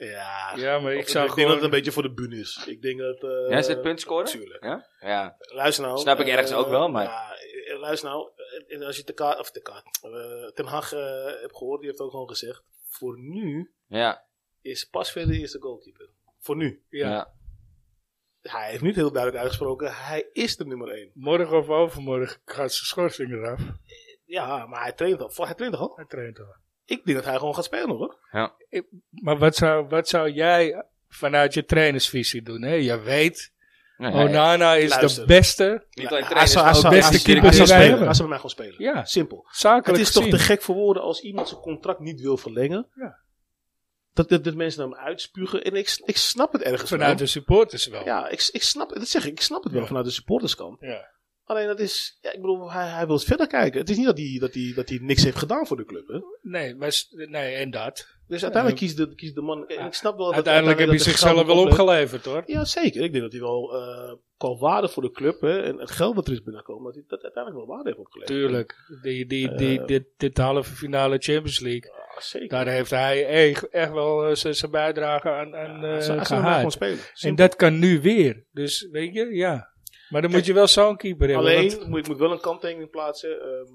Ja, ja, maar Of ik zou denk dat het een gewoon... beetje voor de buur is. Ik denk dat... eh, ja, is het punt scoren? Tuurlijk. Ja? Ja. Luister nou. Snap ik eh, ergens ook wel, maar- Ja, eh, luister nou. eh, en Als je te kaart, of te kaart, eh, Ten Hag eh, hebt gehoord, die heeft ook gewoon gezegd. Voor nu Ja. is Pasveer de eerste goalkeeper. Voor nu. ja. Ja, Hij heeft niet heel duidelijk uitgesproken. Hij is de nummer één. morgen of overmorgen gaat zijn schorsing eraf. Ja, maar hij traint al. Hij traint al. Hij traint al. Ik denk dat hij gewoon gaat spelen hoor. Maar wat zou, wat zou jij vanuit je trainersvisie doen? Hè? Je weet, Oh, Nee, nee, Onana is Luister. de beste. Niet alleen Ja, trainers, hij maar zou- ook hij beste zou- keeper hij die wij zou spelen. hebben. Hij zou bij mij gewoon spelen. Ja, Simpel. Het zakelijk is toch gezien. te gek voor woorden als iemand zijn contract niet wil verlengen. Ja. Dat, dat, dat mensen naar hem uitspugen. En ik, ik snap het ergens Vanuit de wel. supporters wel. Ja. Ja, ik, ik snap het. Dat zeg ik. Ik snap het wel Ja. vanuit de supporterskant. Ja. Alleen dat is... Ja, ik bedoel, hij, hij wil eens verder kijken. Het is niet dat hij, dat, hij, dat hij niks heeft gedaan voor de club. Hè? Nee, maar, s- nee, en dat. Dus uiteindelijk kiest de, kiest de man... En ik snap wel dat... Uiteindelijk heb je dat het geld zichzelf wel oplevert. opgeleverd hoor. Ja, zeker. Ik denk dat hij wel eh qua waarde voor de club hè, en het geld dat er is binnenkomen, dat hij dat uiteindelijk wel waarde heeft opgeleverd. Tuurlijk. Die, Eh. die, die, dit, dit halve finale Champions League. Ja, zeker. Nou, Daar heeft hij echt, echt wel eh, zijn zijn bijdrage aan, aan Ja, eh, ze- hij zou hem gewoon gehad. spelen. En Simpel. dat kan nu weer. Dus weet je, ja. Maar dan moet je wel zo'n keeper hebben. Alleen, want- moet, ik moet wel een kanttekening plaatsen. ehm,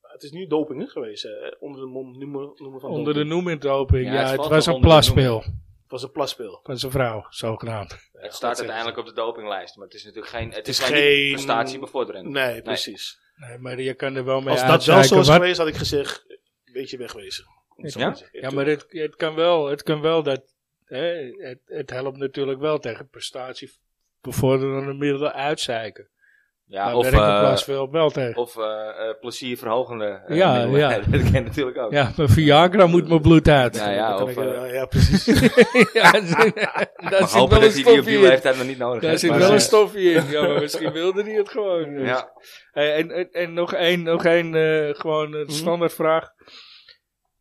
het is nu doping hè, geweest, hè, onder de mom- noemen, noemen van Onder de doping. noem in het open. Ja, Ja, het het valt was wel een onder de noem. plaspeel Het was een plaspeel. van zijn vrouw, zogenaamd. Ja, Het goed staat zeggen uiteindelijk op de dopinglijst, maar het is natuurlijk geen, het is is geen, geen- prestatie ze. bevorderend. Nee, precies. Nee, maar je kan er wel mee Als dat wel uitzeiken zo was wat- geweest, had ik gezegd, een beetje wegwezen. Om het zo Ja? te zeggen. Ja, maar het, het kan wel, het kan wel dat, hè, het, het helpt natuurlijk wel tegen prestatiebevorderende middelen uitzeiken. Ja, Ja, of, Daar werkt een eh, plasveel wel tegen. of eh, eh, plezierverhogende. eh, Ja, middelen. ja. dat ken je natuurlijk ook. Ja, mijn Viagra moet mijn bloed uit. Nou ja, Dan of, ik, eh, eh, ja, precies. Ja, maar daar hopen zit wel een dat hij die op stofje die in. leeftijd nog niet nodig Daar heeft. zit maar, wel eh, een stofje in. Ja, maar misschien wilde hij het gewoon. dus. Ja, Hey, en, en, en nog één, nog één eh, gewoon een standaardvraag.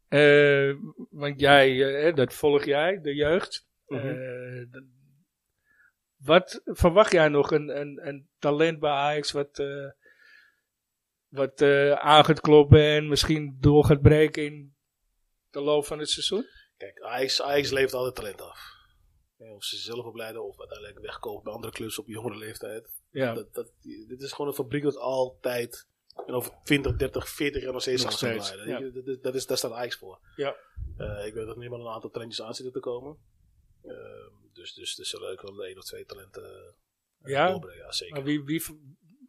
Eh, want jij, eh, hè, dat volg jij, de jeugd. Mhm. Eh, d- wat verwacht jij nog een, een, een talent bij Ajax wat, eh, wat eh, aan gaat kloppen en misschien door gaat breken in de loop van het seizoen? Kijk, Ajax, Ajax leeft altijd talent af. Ja, Of ze zelf opleiden of uiteindelijk wegkopen bij andere clubs op jongere leeftijd. Ja, Dat, dat, dit is gewoon een fabriek dat altijd en over 20, 30, 40 jaar nog steeds Nog aan zal steeds, blijven. Dat- dat- dat is, daar staat Ajax voor. Ja. Eh, ik weet dat er nu maar een aantal trendjes aan zitten te komen. Ehm, dus, dus er zullen ook wel één of twee talenten eh, Ja? doorbreken. Ja, zeker. maar wie, wie, v-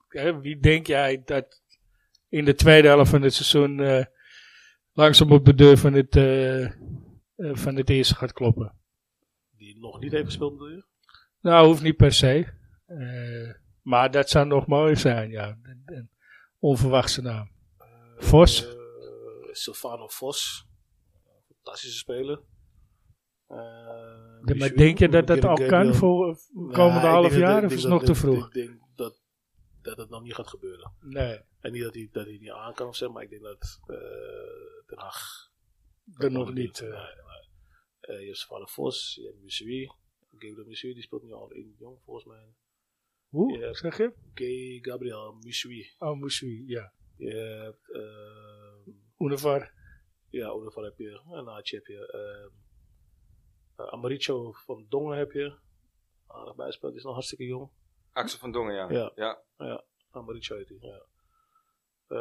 hè, wie denk jij dat in de tweede helft van het seizoen eh, langzaam op de deur van het, eh, eh, van het eerste gaat kloppen. Die nog niet heeft gespeeld bedoel je? Nou, hoeft niet per se. Eh, maar dat zou nog mooi zijn, ja. Een- een onverwachte naam. Vos. Eh, Silvano Vos. Fantastische speler. Eh, Ja, maar Michu, denk je dat dat Kieran al kan Gabriel. voor het Nou, komende ik denk half dat- jaar? ik Of denk is het dat- nog te ik- vroeg? Ik denk dat dat het nog niet gaat gebeuren. Nee, En niet dat hij, dat hij het niet aan kan of zo, maar ik denk dat eh Den Haag dat nog niet. Nee, eh. nee. Eh, je hebt Stefano Vos, je hebt Misui. Gabriel Misui, die speelt nu al in jong volgens mij. Hoe, Ja. zeg je? Gay Gabriel Misui. Oh, Moesui, ja. Je hebt, ehm, Univar. ja, Olafar heb je, en Naatje heb je. ehm eh, Amaricio van Dongen heb je. Aardig bijspel, die is nog hartstikke jong. Axel van Dongen, ja. Ja. ja. Amaricio heet hij, ja. Eh,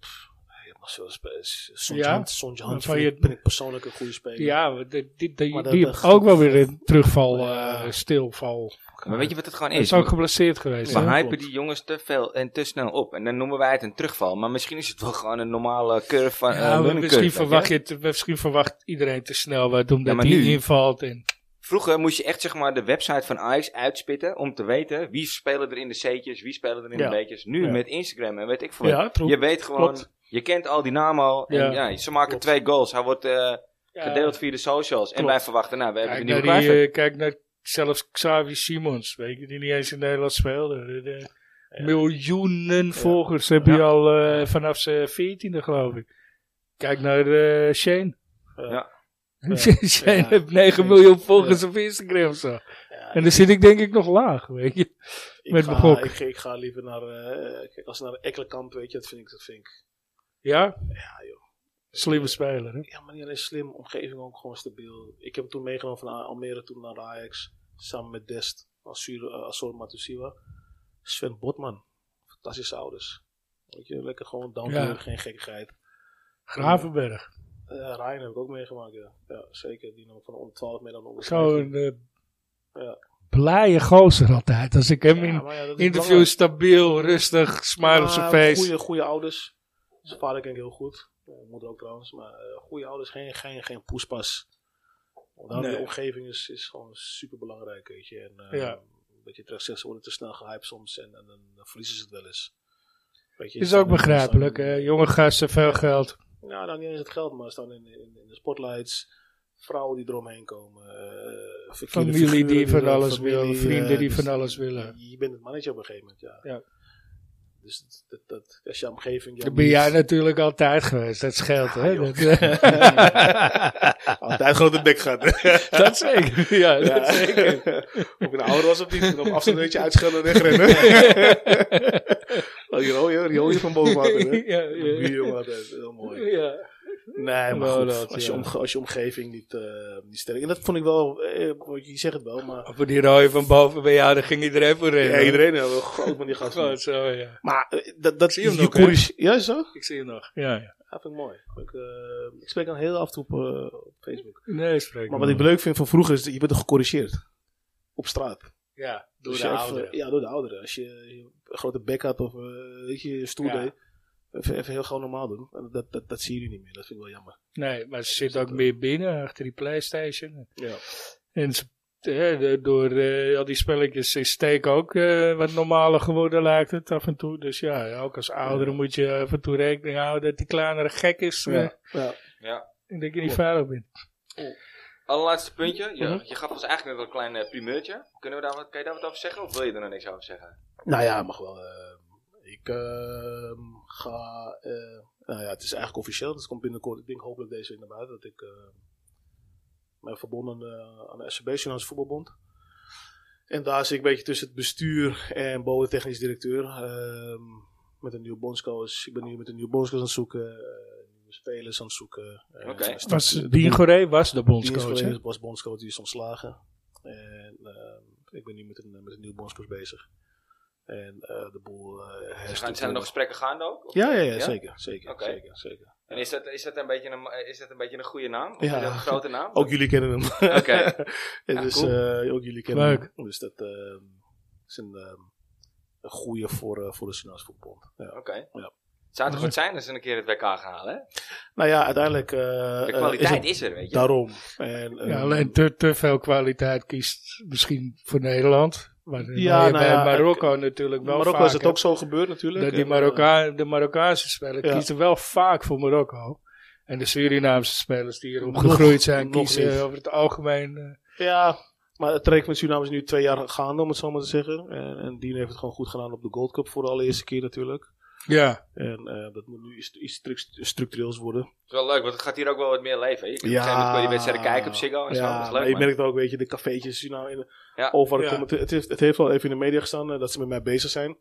pff, je hebt nog zoveel spelers. Ja, Sonja ja, Hand waarvan vind je- ik- vind ik persoonlijk een goede speler. Ja, maar die, die, die, Maar dat- die dat- heeft ook wel weer een terugval, eh, Ja. stilval. Maar weet je wat het gewoon Hij is? is ook geblesseerd geweest. We hè? Ja, hypen klopt. die jongens te veel en te snel op. En dan noemen wij het een terugval. Maar misschien is het wel gewoon een normale curve van eh, Ja, learning misschien, curve, weet verwacht je. je het, misschien verwacht iedereen te snel eh, wat, omdat maar hij nu- invalt. En, Vroeger moest je echt zeg maar, de website van Ajax uitspitten om te weten wie spelen er in de C'tjes, wie spelen er in Ja. de B'tjes. Nu Ja. met Instagram en weet ik veel. ja, je weet gewoon, Klopt. je kent al die namen al. En, Ja. ja. ze maken Klopt. twee goals. Hij wordt eh, gedeeld via de socials. En Klopt. wij verwachten, nou, we hebben Kijk de naar, nieuwe die, Kluivert. eh, kijk naar zelfs Xavi Simons, weet je, die niet eens in Nederland speelde. De- de Ja. Miljoenen volgers heb je Ja. al eh, vanaf zijn veertiende, geloof ik. Kijk naar eh, Shane. Ja. Shane Ja. heeft 9 miljoen volgers op Instagram. Zo. Ja, En dan zit ik denk ik nog laag, weet je. ik met ga- mijn gok. Ik, ik ga liever naar, eh, kijk, als naar Ekkelenkamp, weet je, dat vind ik, dat vind ik. Ja, Ja, joh. slimme speler. Hè? Ja, maar niet alleen slim, omgeving ook gewoon stabiel. Ik heb hem toen meegenomen van Almere toen naar Ajax, samen met Dest, Azur, eh, Azor Matusiwa. Sven Botman, fantastische ouders. Weet je, lekker gewoon down to Ja. earth, geen gekkigheid. Gravenberg. Eh Ryan heb ik ook meegemaakt, ja. Ja, zeker. Die nam ik van onder 12 mee dan onder Zo'n eh, Ja. blije gozer altijd. Als ik hem in interview interviews stabiel, rustig, smile op zijn face. Goede, goede Ah, ouders. Zijn vader ken ik heel goed. Eh, moeder ook trouwens. Maar eh, goede ouders, geen, geen, geen poespas. Want daarom Nee. de omgeving is, is gewoon super belangrijk, weet je. En, eh, Ja. Een beetje terecht zegt, ze worden te snel gehyped soms en, en dan verliezen ze het wel eens. Weet je, Is staan ook in- staan in- begrijpelijk. hè. jonge gasten, veel geld. Nou, dan niet eens het geld, maar staan in, in, in de spotlights. Vrouwen die eromheen komen. eh, verkeerde Familie die figuren van er- alles familie, wil. Vrienden eh, die dus- van alles willen. je bent het mannetje op een gegeven moment, ja. Ja. Dus dat, dat, dat, als je omgeving... jouw Dat ben jij liefst- natuurlijk altijd geweest. Dat eh, scheelt, Ja, hè? joh. Dat, Altijd grote bek gaat. dat zeker. Ja, Ja. dat zeker. Of ik nou ouder was of niet, op afstand een beetje uitschelden en wegrennen. Oh, Hier hoor je, hier hoor je van boven altijd, hè. Ja, De ja. buurjongen altijd, heel mooi. Ja. Nee, maar Nou, goed, dat, als, ja. je omge- als je omgeving niet, eh, niet sterk... En dat vond ik wel, eh, want je zegt het wel, maar... Op die rode van boven bij jou, daar ging iedereen voor rennen. Ja, iedereen had wel groot van die gasten. Goed, zo, ja. Maar eh, dat, dat Zie je hem je nog, hè? corrige- Ja, is zo? Ik zie hem nog. Ja, ja. Dat vind ik mooi. Ik, eh, ik spreek dan heel af en toe op, eh, op Facebook. Nee, spreek Maar wat ik leuk vind van vroeger is dat je bent gecorrigeerd. Op straat. Ja, door Dus de je even- ouderen. Ja, door de ouderen. Als je je een grote bek had of eh, weet je, je stoel Ja. deed. Even, even heel gewoon normaal doen. En Dat, dat, dat zie je nu niet meer. Dat vind ik wel jammer. Nee, maar ze zit ook meer binnen achter die PlayStation. Ja. En ze- eh, de- door eh, al die spelletjes is steek ook eh, wat normaler geworden, lijkt het af en toe. Dus ja, ook als oudere Ja. moet je af en toe rekening houden dat die kleinere gek is. eh, Ja. ja. en dat je niet Klopt. veilig bent. Allerlaatste puntje. Je, Mhm. je gaf ons eigenlijk net een klein eh, primeurtje. Kunnen we daar wat, kan je daar wat over zeggen of wil je er nog niks over zeggen? Nou ja, mag wel. eh, ik eh, ga... eh, nou ja, het is eigenlijk officieel. Dus het komt binnenkort. Ik denk hopelijk deze week naar buiten. Dat ik... eh mij verbonden eh, aan de SCB, Nederlandse Voetbalbond. En daar zit ik een beetje tussen het bestuur en boven de technisch directeur. ehm, met een nieuwe bondscoach. Ik ben nu met een nieuwe bondscoach aan het zoeken. eh, nieuwe spelers aan het zoeken. Eh, Oké. straks Was, de Dien bo- Goré was de bondscoach. hè? bondscoach was bondscoach, die is ontslagen. En ehm, ik ben nu met een, met een nieuwe bondscoach bezig. En eh, de boel... eh, Ze gaan- herstructureren. Zijn er nog gesprekken gaande ook? Of- Ja, ja, ja, zeker. Zeker, Oké. zeker, zeker. En is dat, is, dat een beetje een, eh, is dat een beetje een goede naam? Of Ja. Oh. is dat een grote naam? Ook jullie kennen hem. Oké. Ja, Ja, dus cool. eh, ook jullie kennen Leuk. hem. Dus dat ehm, is een, ehm, een goede voor, eh, voor de Sinaas voetbal. Ja. Oké. Ja. zou het goed zijn als ze een keer het WK gaan halen? hè? Nou ja, uiteindelijk. eh, De eh, kwaliteit het is, er, weet je. Daarom. En, eh, Ja, alleen te, te veel kwaliteit kiest misschien voor Nederland. Maar eh, Ja, bij- nou bij ja, Marokko natuurlijk wel Marokko is het vaker. ook zo gebeurd natuurlijk. Eh, Dat die En, Marokkaan- de Marokkaanse spelers Ja. kiezen wel vaak voor Marokko. En de Surinaamse spelers die erop Nog- gegroeid zijn, nog kiezen niet. over het algemeen. eh, eh, ja, maar het traject met Suriname is nu twee jaar gaande, om het zo maar te zeggen. En, en Dien heeft het gewoon goed gedaan op de Gold Cup voor de allereerste keer natuurlijk. ja, En eh, dat moet nu iets, iets stru- structureels worden. Het is wel leuk, want het gaat hier ook wel wat meer leven. Je kunt op Ja. een gegeven moment wel die wedstrijden kijken op Ziggo en zo. Ja, Dat Oh, is maar leuk, je man. merkt ook, weet je, de cafeetjes, you know, in, Ja. overal Ja. komen. Het, het heeft, het heeft al even in de media gestaan eh, dat ze met mij bezig zijn.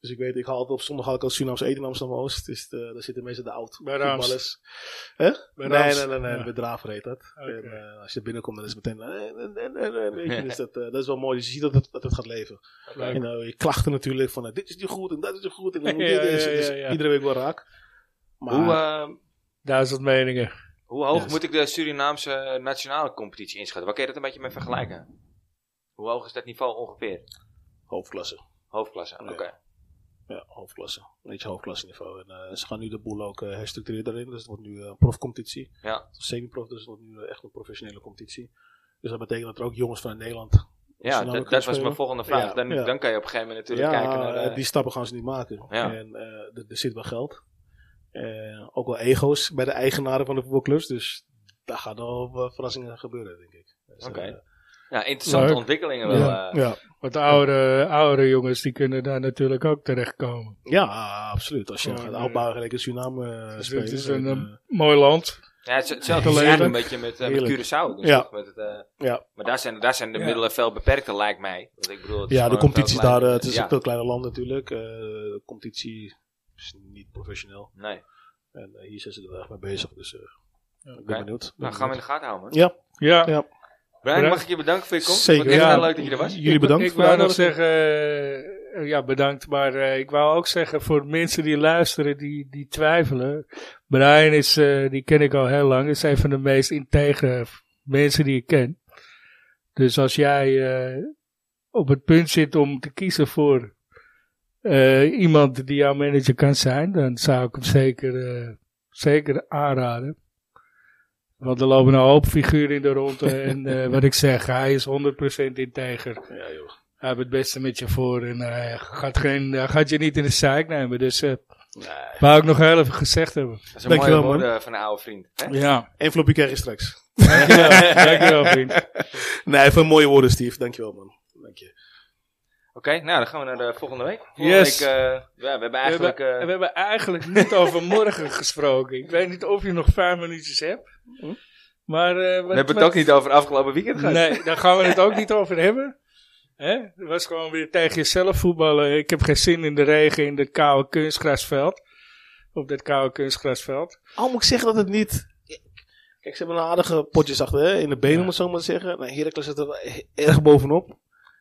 Dus ik weet, ik haal altijd op zondag haal ik al Surinaamse eten in Amsterdam-Oost. Dus de, daar zitten mensen de oud. Bij Raams. voetballers. bij Nee, nee, Rams. nee, nee, nee, Ja. bij Draver heet dat. Oké. En, eh, als je binnenkomt, dan is het meteen... eh, en- en- en- en, weet je, dus dat, eh, dat is wel mooi. Dus je ziet dat het, dat het gaat leven. Leuk. En eh, je klachten natuurlijk van, eh, dit is niet goed en dat is niet goed. En dan moet Ja, dit, ja, en- dus ja, ja. iedere week wel raak. Maar Hoe, eh, Duizend meningen. hoe hoog Ja, moet ik de Surinaamse nationale competitie inschatten? Waar kun je dat een beetje mee vergelijken? Hoe hoog is dat niveau ongeveer? hoofdklasse. Hoofdklasse, Ja. oké. Ja, hoofdklasse. Een beetje hoofdklasseniveau. En eh, ze gaan nu de boel ook eh herstructureren daarin. Dus het wordt nu eh, een profcompetitie. Ja. Semi-prof, dus het wordt nu eh, echt een professionele competitie. Dus dat betekent dat er ook jongens vanuit Nederland... Ja, nationale dat, kunnen dat was spelen. mijn volgende vraag. Ja, dan, ja. dan kan je op een gegeven moment natuurlijk ja, kijken naar... eh, eh, die stappen gaan ze niet maken. Ja. En eh, er- er zit wel geld. Eh, ook wel ego's bij de eigenaren van de voetbalclubs. Dus daar gaan wel wat verrassingen gebeuren, denk ik. Dus, Oké. eh, ja, interessante Leuk. ontwikkelingen wel. ja, eh. ja. Want oude, oude jongens die kunnen daar natuurlijk ook terechtkomen. ja, absoluut. Als je Ja, gaat nee. afbouwen, gelijk een tsunami eh, Dus spelen. het is een En, eh, mooi land. Ja, het is hetzelfde Heerlijk. systeem een beetje met, eh, met Heerlijk. Curaçao. ook, dus Ja. toch? Met het, eh, Ja. Maar daar zijn, daar zijn de Ja. middelen veel beperkter, lijkt mij. Want ik bedoel, het is Ja, de gewoon een competitie veel daar, kleiner- eh, het is ja. een veel kleiner land natuurlijk. Eh, de competitie is niet professioneel. Nee. En eh, hier zijn ze er echt mee bezig, dus eh, ik ben Oké. benieuwd. Ben Nou, gaan we in benieuwd. de gaten houden. man. Ja, Ja, Ja. Brian, Bedankt. mag ik je bedanken voor je komst? Zeker. Ik vond het echt Ja. heel leuk dat je er was. jullie bedankt Ik voor wou de nog uitnodiging. zeggen, eh, ja bedankt, maar eh, ik wou ook zeggen voor mensen die luisteren, die, die twijfelen. Brian is, eh, die ken ik al heel lang, is een van de meest integere mensen die ik ken. Dus als jij eh, op het punt zit om te kiezen voor eh, iemand die jouw manager kan zijn, dan zou ik hem zeker, eh, zeker aanraden. Want er lopen een hoop figuren in de ronde. en eh, wat ik zeg, hij is 100% integer. Ja, joh. Hij heeft het beste met je voor en hij gaat, geen, hij gaat je niet in de zeik nemen. Dus eh Nee. wou ik nog heel even gezegd hebben. Dat is een mooie Dankjewel, man. woorden van een oude vriend. hè? Ja, Eén flopje krijg je straks. dankjewel vriend. Nee, even mooie woorden, Steve. Dankjewel, man. Dank je. Oké, nou dan gaan we naar de volgende week. Volgende Yes. week, eh, ja, we hebben We hebben, eigenlijk... eh, we hebben eigenlijk niet over morgen gesproken. Ik weet niet of je nog vijf minuutjes hebt. Maar, eh, wat- we hebben het wat- ook niet over afgelopen weekend gehad. Nee, daar gaan we het ook niet over hebben. Hè? Het was gewoon weer tegen jezelf voetballen. Ik heb geen zin in de regen in dat koude kunstgrasveld. Op dat koude kunstgrasveld. Al moet ik zeggen dat het niet... Kijk, ze hebben een aardige potjes achter, hè? In de benen, Ja. om het zo maar te zeggen. Nou, Heracles zit er wel e- erg bovenop.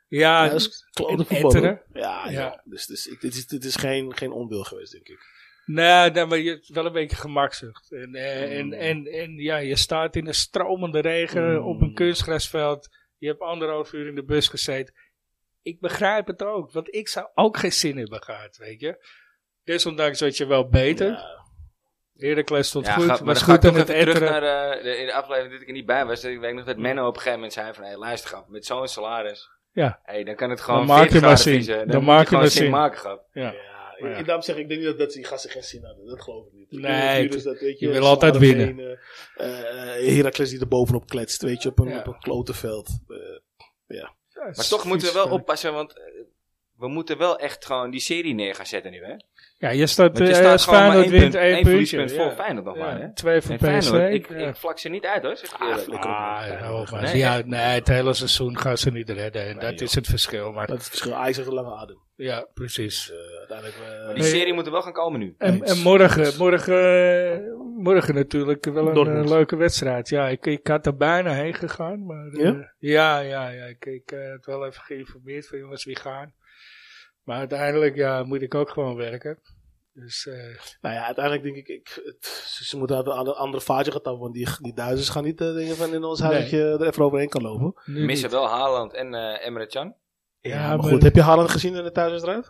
Ja, Ja, dat is klote in voetbal. Etteren. hoor. Ja, ja. Ja. Dus, dus ik- dit is, dit is geen, geen onwil geweest, denk ik. Nou, nee, maar je hebt wel een beetje gemakzucht. En, eh, en, Mm. en, en ja, je staat in een stromende regen Mm. op een kunstgrasveld. Je hebt anderhalf uur in de bus gezeten. Ik begrijp het ook, want ik zou ook geen zin hebben gehad, weet je. Desondanks dat je wel beter. Ja. Heracles stond Ja, goed, gaat- maar was dan ga ik goed aan toch het even terug etteren. naar eh, de, in de aflevering dat ik er niet bij was. Ik weet nog dat Menno op een gegeven moment zei van, hey, luister grap, met zo'n salaris. Ja. Hey, dan kan het gewoon Dan maak je 40 maar graden zin. vriezen. Dan, Dan moet je maak je gewoon maar zin zin. maken, grap. Ja. Ja, Maar ja. ik- daarom zeg ik, ik denk niet dat, dat die gasten geen zin hadden. Dat geloof ik niet. Ik Nee, denk dat ik- Judas dat, weet je wil altijd zware winnen. benen, eh, eh, Heracles die er bovenop kletst, weet je, op een, Ja. op een klote veld. Eh, Maar toch moeten we wel oppassen, want eh, we moeten wel echt gewoon die serie neer gaan zetten nu, hè? Ja, je staat, Want je eh, staat als gewoon maar Feyenoord één wint punt- één één puntje. verliespunt voor Feyenoord nog Ja, maar, hè? Twee voor En PSV. Feyenoord, ik, ja. ik vlak ze niet uit, hoor. Zeg ik je eerlijk. flikker op. Ah, Ja, nou, maar nee. die uit- nee, het hele seizoen gaan ze niet redden. En Nee, dat joh. is het verschil. Maar, dat is het verschil. Ajax heeft een lange adem. ja, precies. Eh, uiteindelijk, eh, die Nee. serie moet er wel gaan komen nu. En, eens. en morgen, morgen, morgen natuurlijk wel een Dortmund. eh, leuke wedstrijd. Ja, ik, ik had er bijna heen gegaan. Maar, eh, Ja? ja, ja, ja. Ik, ik eh, had wel even geïnformeerd van jongens wie gaan. Maar uiteindelijk ja, moet ik ook gewoon werken. Dus eh, nou ja, uiteindelijk denk ik, ik het- ze ze moeten uit een ander- andere vaartje gaan tappen, want die, die Duitsers gaan niet eh, denken van in ons huis Nee. dat je er even overheen kan lopen. nu We niet. missen wel Haaland en eh Emre Can. Ja, Ja, maar maar- goed, heb je Haaland gezien in de thuiswedstrijd?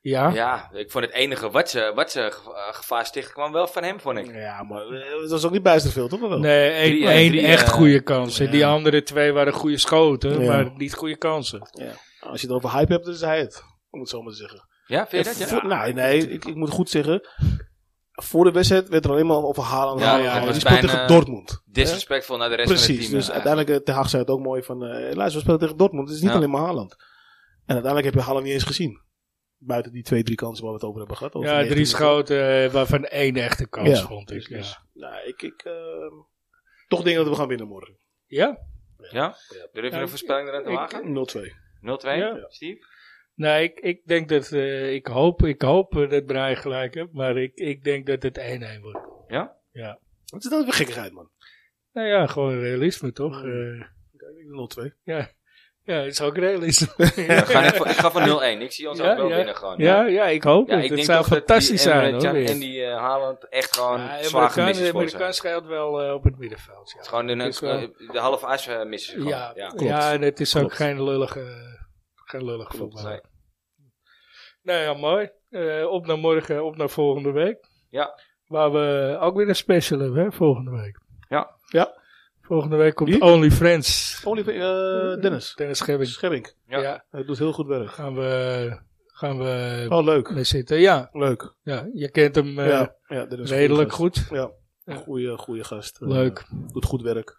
Ja? Ja, ik vond het enige wat ze, wat ze ge- eh, gevaar sticht kwam wel van hem, vond ik. Ja, maar eh, dat is ook niet bijster veel, toch? Wel? Nee, één, Drie, één drie, echt eh, goede kansen. ja. Die andere twee waren goede schoten, Ja. maar niet goede kansen. Nou, Als je het over hype hebt, dan is hij het. Om het zo maar te zeggen. Ja, vind je dat? Ja? Voor- nee, nee ik, ik moet goed zeggen. Voor de wedstrijd werd er alleen maar over Haaland. Ja, Ja, het was die speelt bijna- tegen Dortmund. hè? Disrespectful naar de rest van het Precies, team. dus eh, uiteindelijk, eh, Ten Hag zei het ook mooi van, eh, luister, we spelen tegen Dortmund, het is niet Ja. alleen maar Haaland. En uiteindelijk heb je Haaland niet eens gezien. Buiten die twee, drie kansen waar we het over hebben gehad. Over Ja, 19 drie minuten. schoten eh, waarvan één echte kans, Ja. vond ik. Ja? Dus, nou, ik, ik ehm, toch denk dat we gaan winnen morgen. ja? Ja? Durf je Ja, een voorspelling eraan te ik- wagen? 0-2. 0-2, Ja. Steve? Nee, Nou, ik, ik denk dat... eh, ik, hoop, ik hoop eh, dat Brian gelijk heeft, maar ik, ik denk dat het 1-1 wordt. Wat is dat weer gekkigheid, man? Nou ja, gewoon realisme, toch? Mm. Eh, Kijk, ik doe 0-2. ja. ja, het is ook realisme. Ik ga, even- ik ga voor 0-1. Ik zie ons Ja, ook wel ja. winnen gewoon. Ja, ja, ik hoop Ja, het. ik Het denk zou toch dat fantastisch die zijn, Emre hoor. Can weer. En die eh, Haaland echt gewoon Ja, zwaar Amerikaan, gemist is voor Amerikaan ze. scheelt wel eh, op het middenveld. Ja. Het is gewoon hun, Dus, eh, eh, de halve as eh, missen ze gewoon. ja, Ja, ja, klopt. en het is ook Klopt. geen lullige, geen lullige Klopt, voetbal. nee. Nou ja, mooi. Eh, op naar morgen, op naar volgende week. Ja. Waar we ook weer een special hebben, hè, volgende week. Ja. Ja. Volgende week komt Wie? Only Friends. Oliver, eh, Dennis. Dennis Gebbings. Schemmink. Ja. Ja. Hij doet heel goed werk. Gaan we, gaan we Oh, leuk. mee zitten. Ja, Leuk. ja, je kent hem eh, ja, ja, Dennis. redelijk gast. goed. Ja. Ja. eh, Goeie, goeie gast. Eh, Leuk. doet goed werk.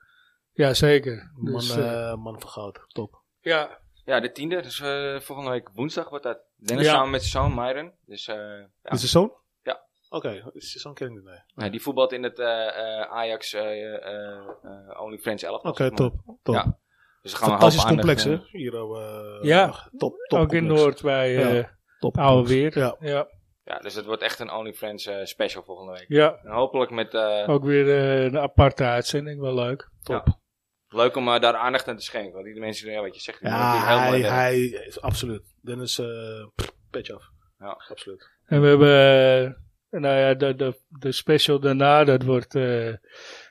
Ja, zeker. Man, Dus, eh, eh, man van goud. Top. ja, Ja, de tiende. Dus eh, volgende week woensdag wordt dat. Dennis Ja. samen met zijn zoon, Myron. Dus eh, ja. Is het zoon? Ja. Oké, is het zoon ken ik niet. nee. Ja, die voetbalt in het eh, eh, Ajax eh eh, eh, Only Friends 11. Oké, top. top. Ja, Dus we gaan een Fantastisch hoop aandacht, complex, hè? eh, Hier, eh, Ja. top, top ook in complex. Noord bij Ja. eh Top Oude complex. Weer. Ja. ja. ja, dus het wordt echt een Only Friends eh, special volgende week. ja. En hopelijk met... eh, Ook weer eh, een aparte uitzending, wel leuk. Top. Ja. Leuk om eh, daar aandacht aan te schenken. Want die mensen, ja, wat je zegt, die Ja, natuurlijk helemaal hij, in de- hij is absoluut. Dennis, eh petje af. Ja. absoluut. En we hebben, eh, nou ja, de, de, de special daarna, dat wordt eh,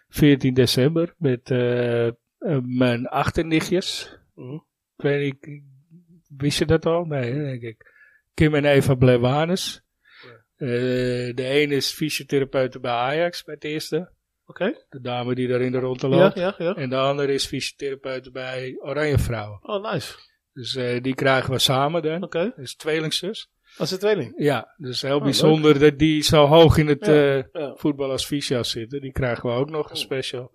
14 december met eh, eh, mijn achternichtjes. Mhm. Ik weet niet, wist je dat al? Nee, hè, denk ik. Kim en Eva Blewanus. Eh, de een is fysiotherapeut bij Ajax, bij het eerste. Oké. De dame die daar in de rondte Ja, loopt. ja, ja. En de andere is fysiotherapeut bij Oranje Vrouwen. Oh, nice. Dus eh, die krijgen we samen dan. Oké. Dat is tweelingzus. Als een tweeling. Ja, dus heel Oh, bijzonder dat die zo hoog in het Ja, eh, ja. Oh. voetbal als fysia zitten. Die krijgen we ook nog een special.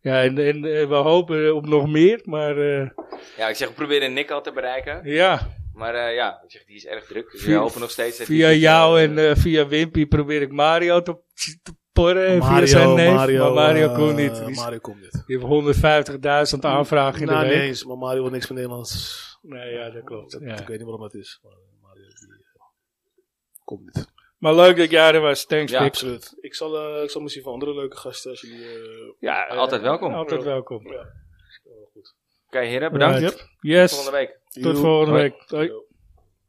Ja, en, en eh, we hopen op nog meer, maar eh, Ja, ik zeg, we proberen Nick al te bereiken. ja. Maar eh, ja, ik zeg, die is erg druk. Dus we Via- hopen nog steeds... dat Via die- jou en eh, via Wimpy probeer ik Mario te, te porren. en Eh, via Mario, zijn neef, Mario, maar Mario eh, kon niet. Die, is- Mario komt niet. die heeft 150.000 aanvragen in Nou, de niet week. eens, maar Mario wil niks van Nederlands. Nee, ja, dat klopt. Dat- Ja. Ik weet niet waarom dat is. Maar Mario die, eh, komt niet. Maar leuk dat jij er was. Thanks, Ja, Pip. Absoluut. Ik zal, eh, ik zal misschien van andere leuke gasten, als jullie... eh, Ja, eh, Altijd welkom. Oké, Altijd welkom. ja. Oh, goed. heren, bedankt. Right. Yep. Yes, Volgende week. tot Joe. volgende Hoi. week. Doei. Yo.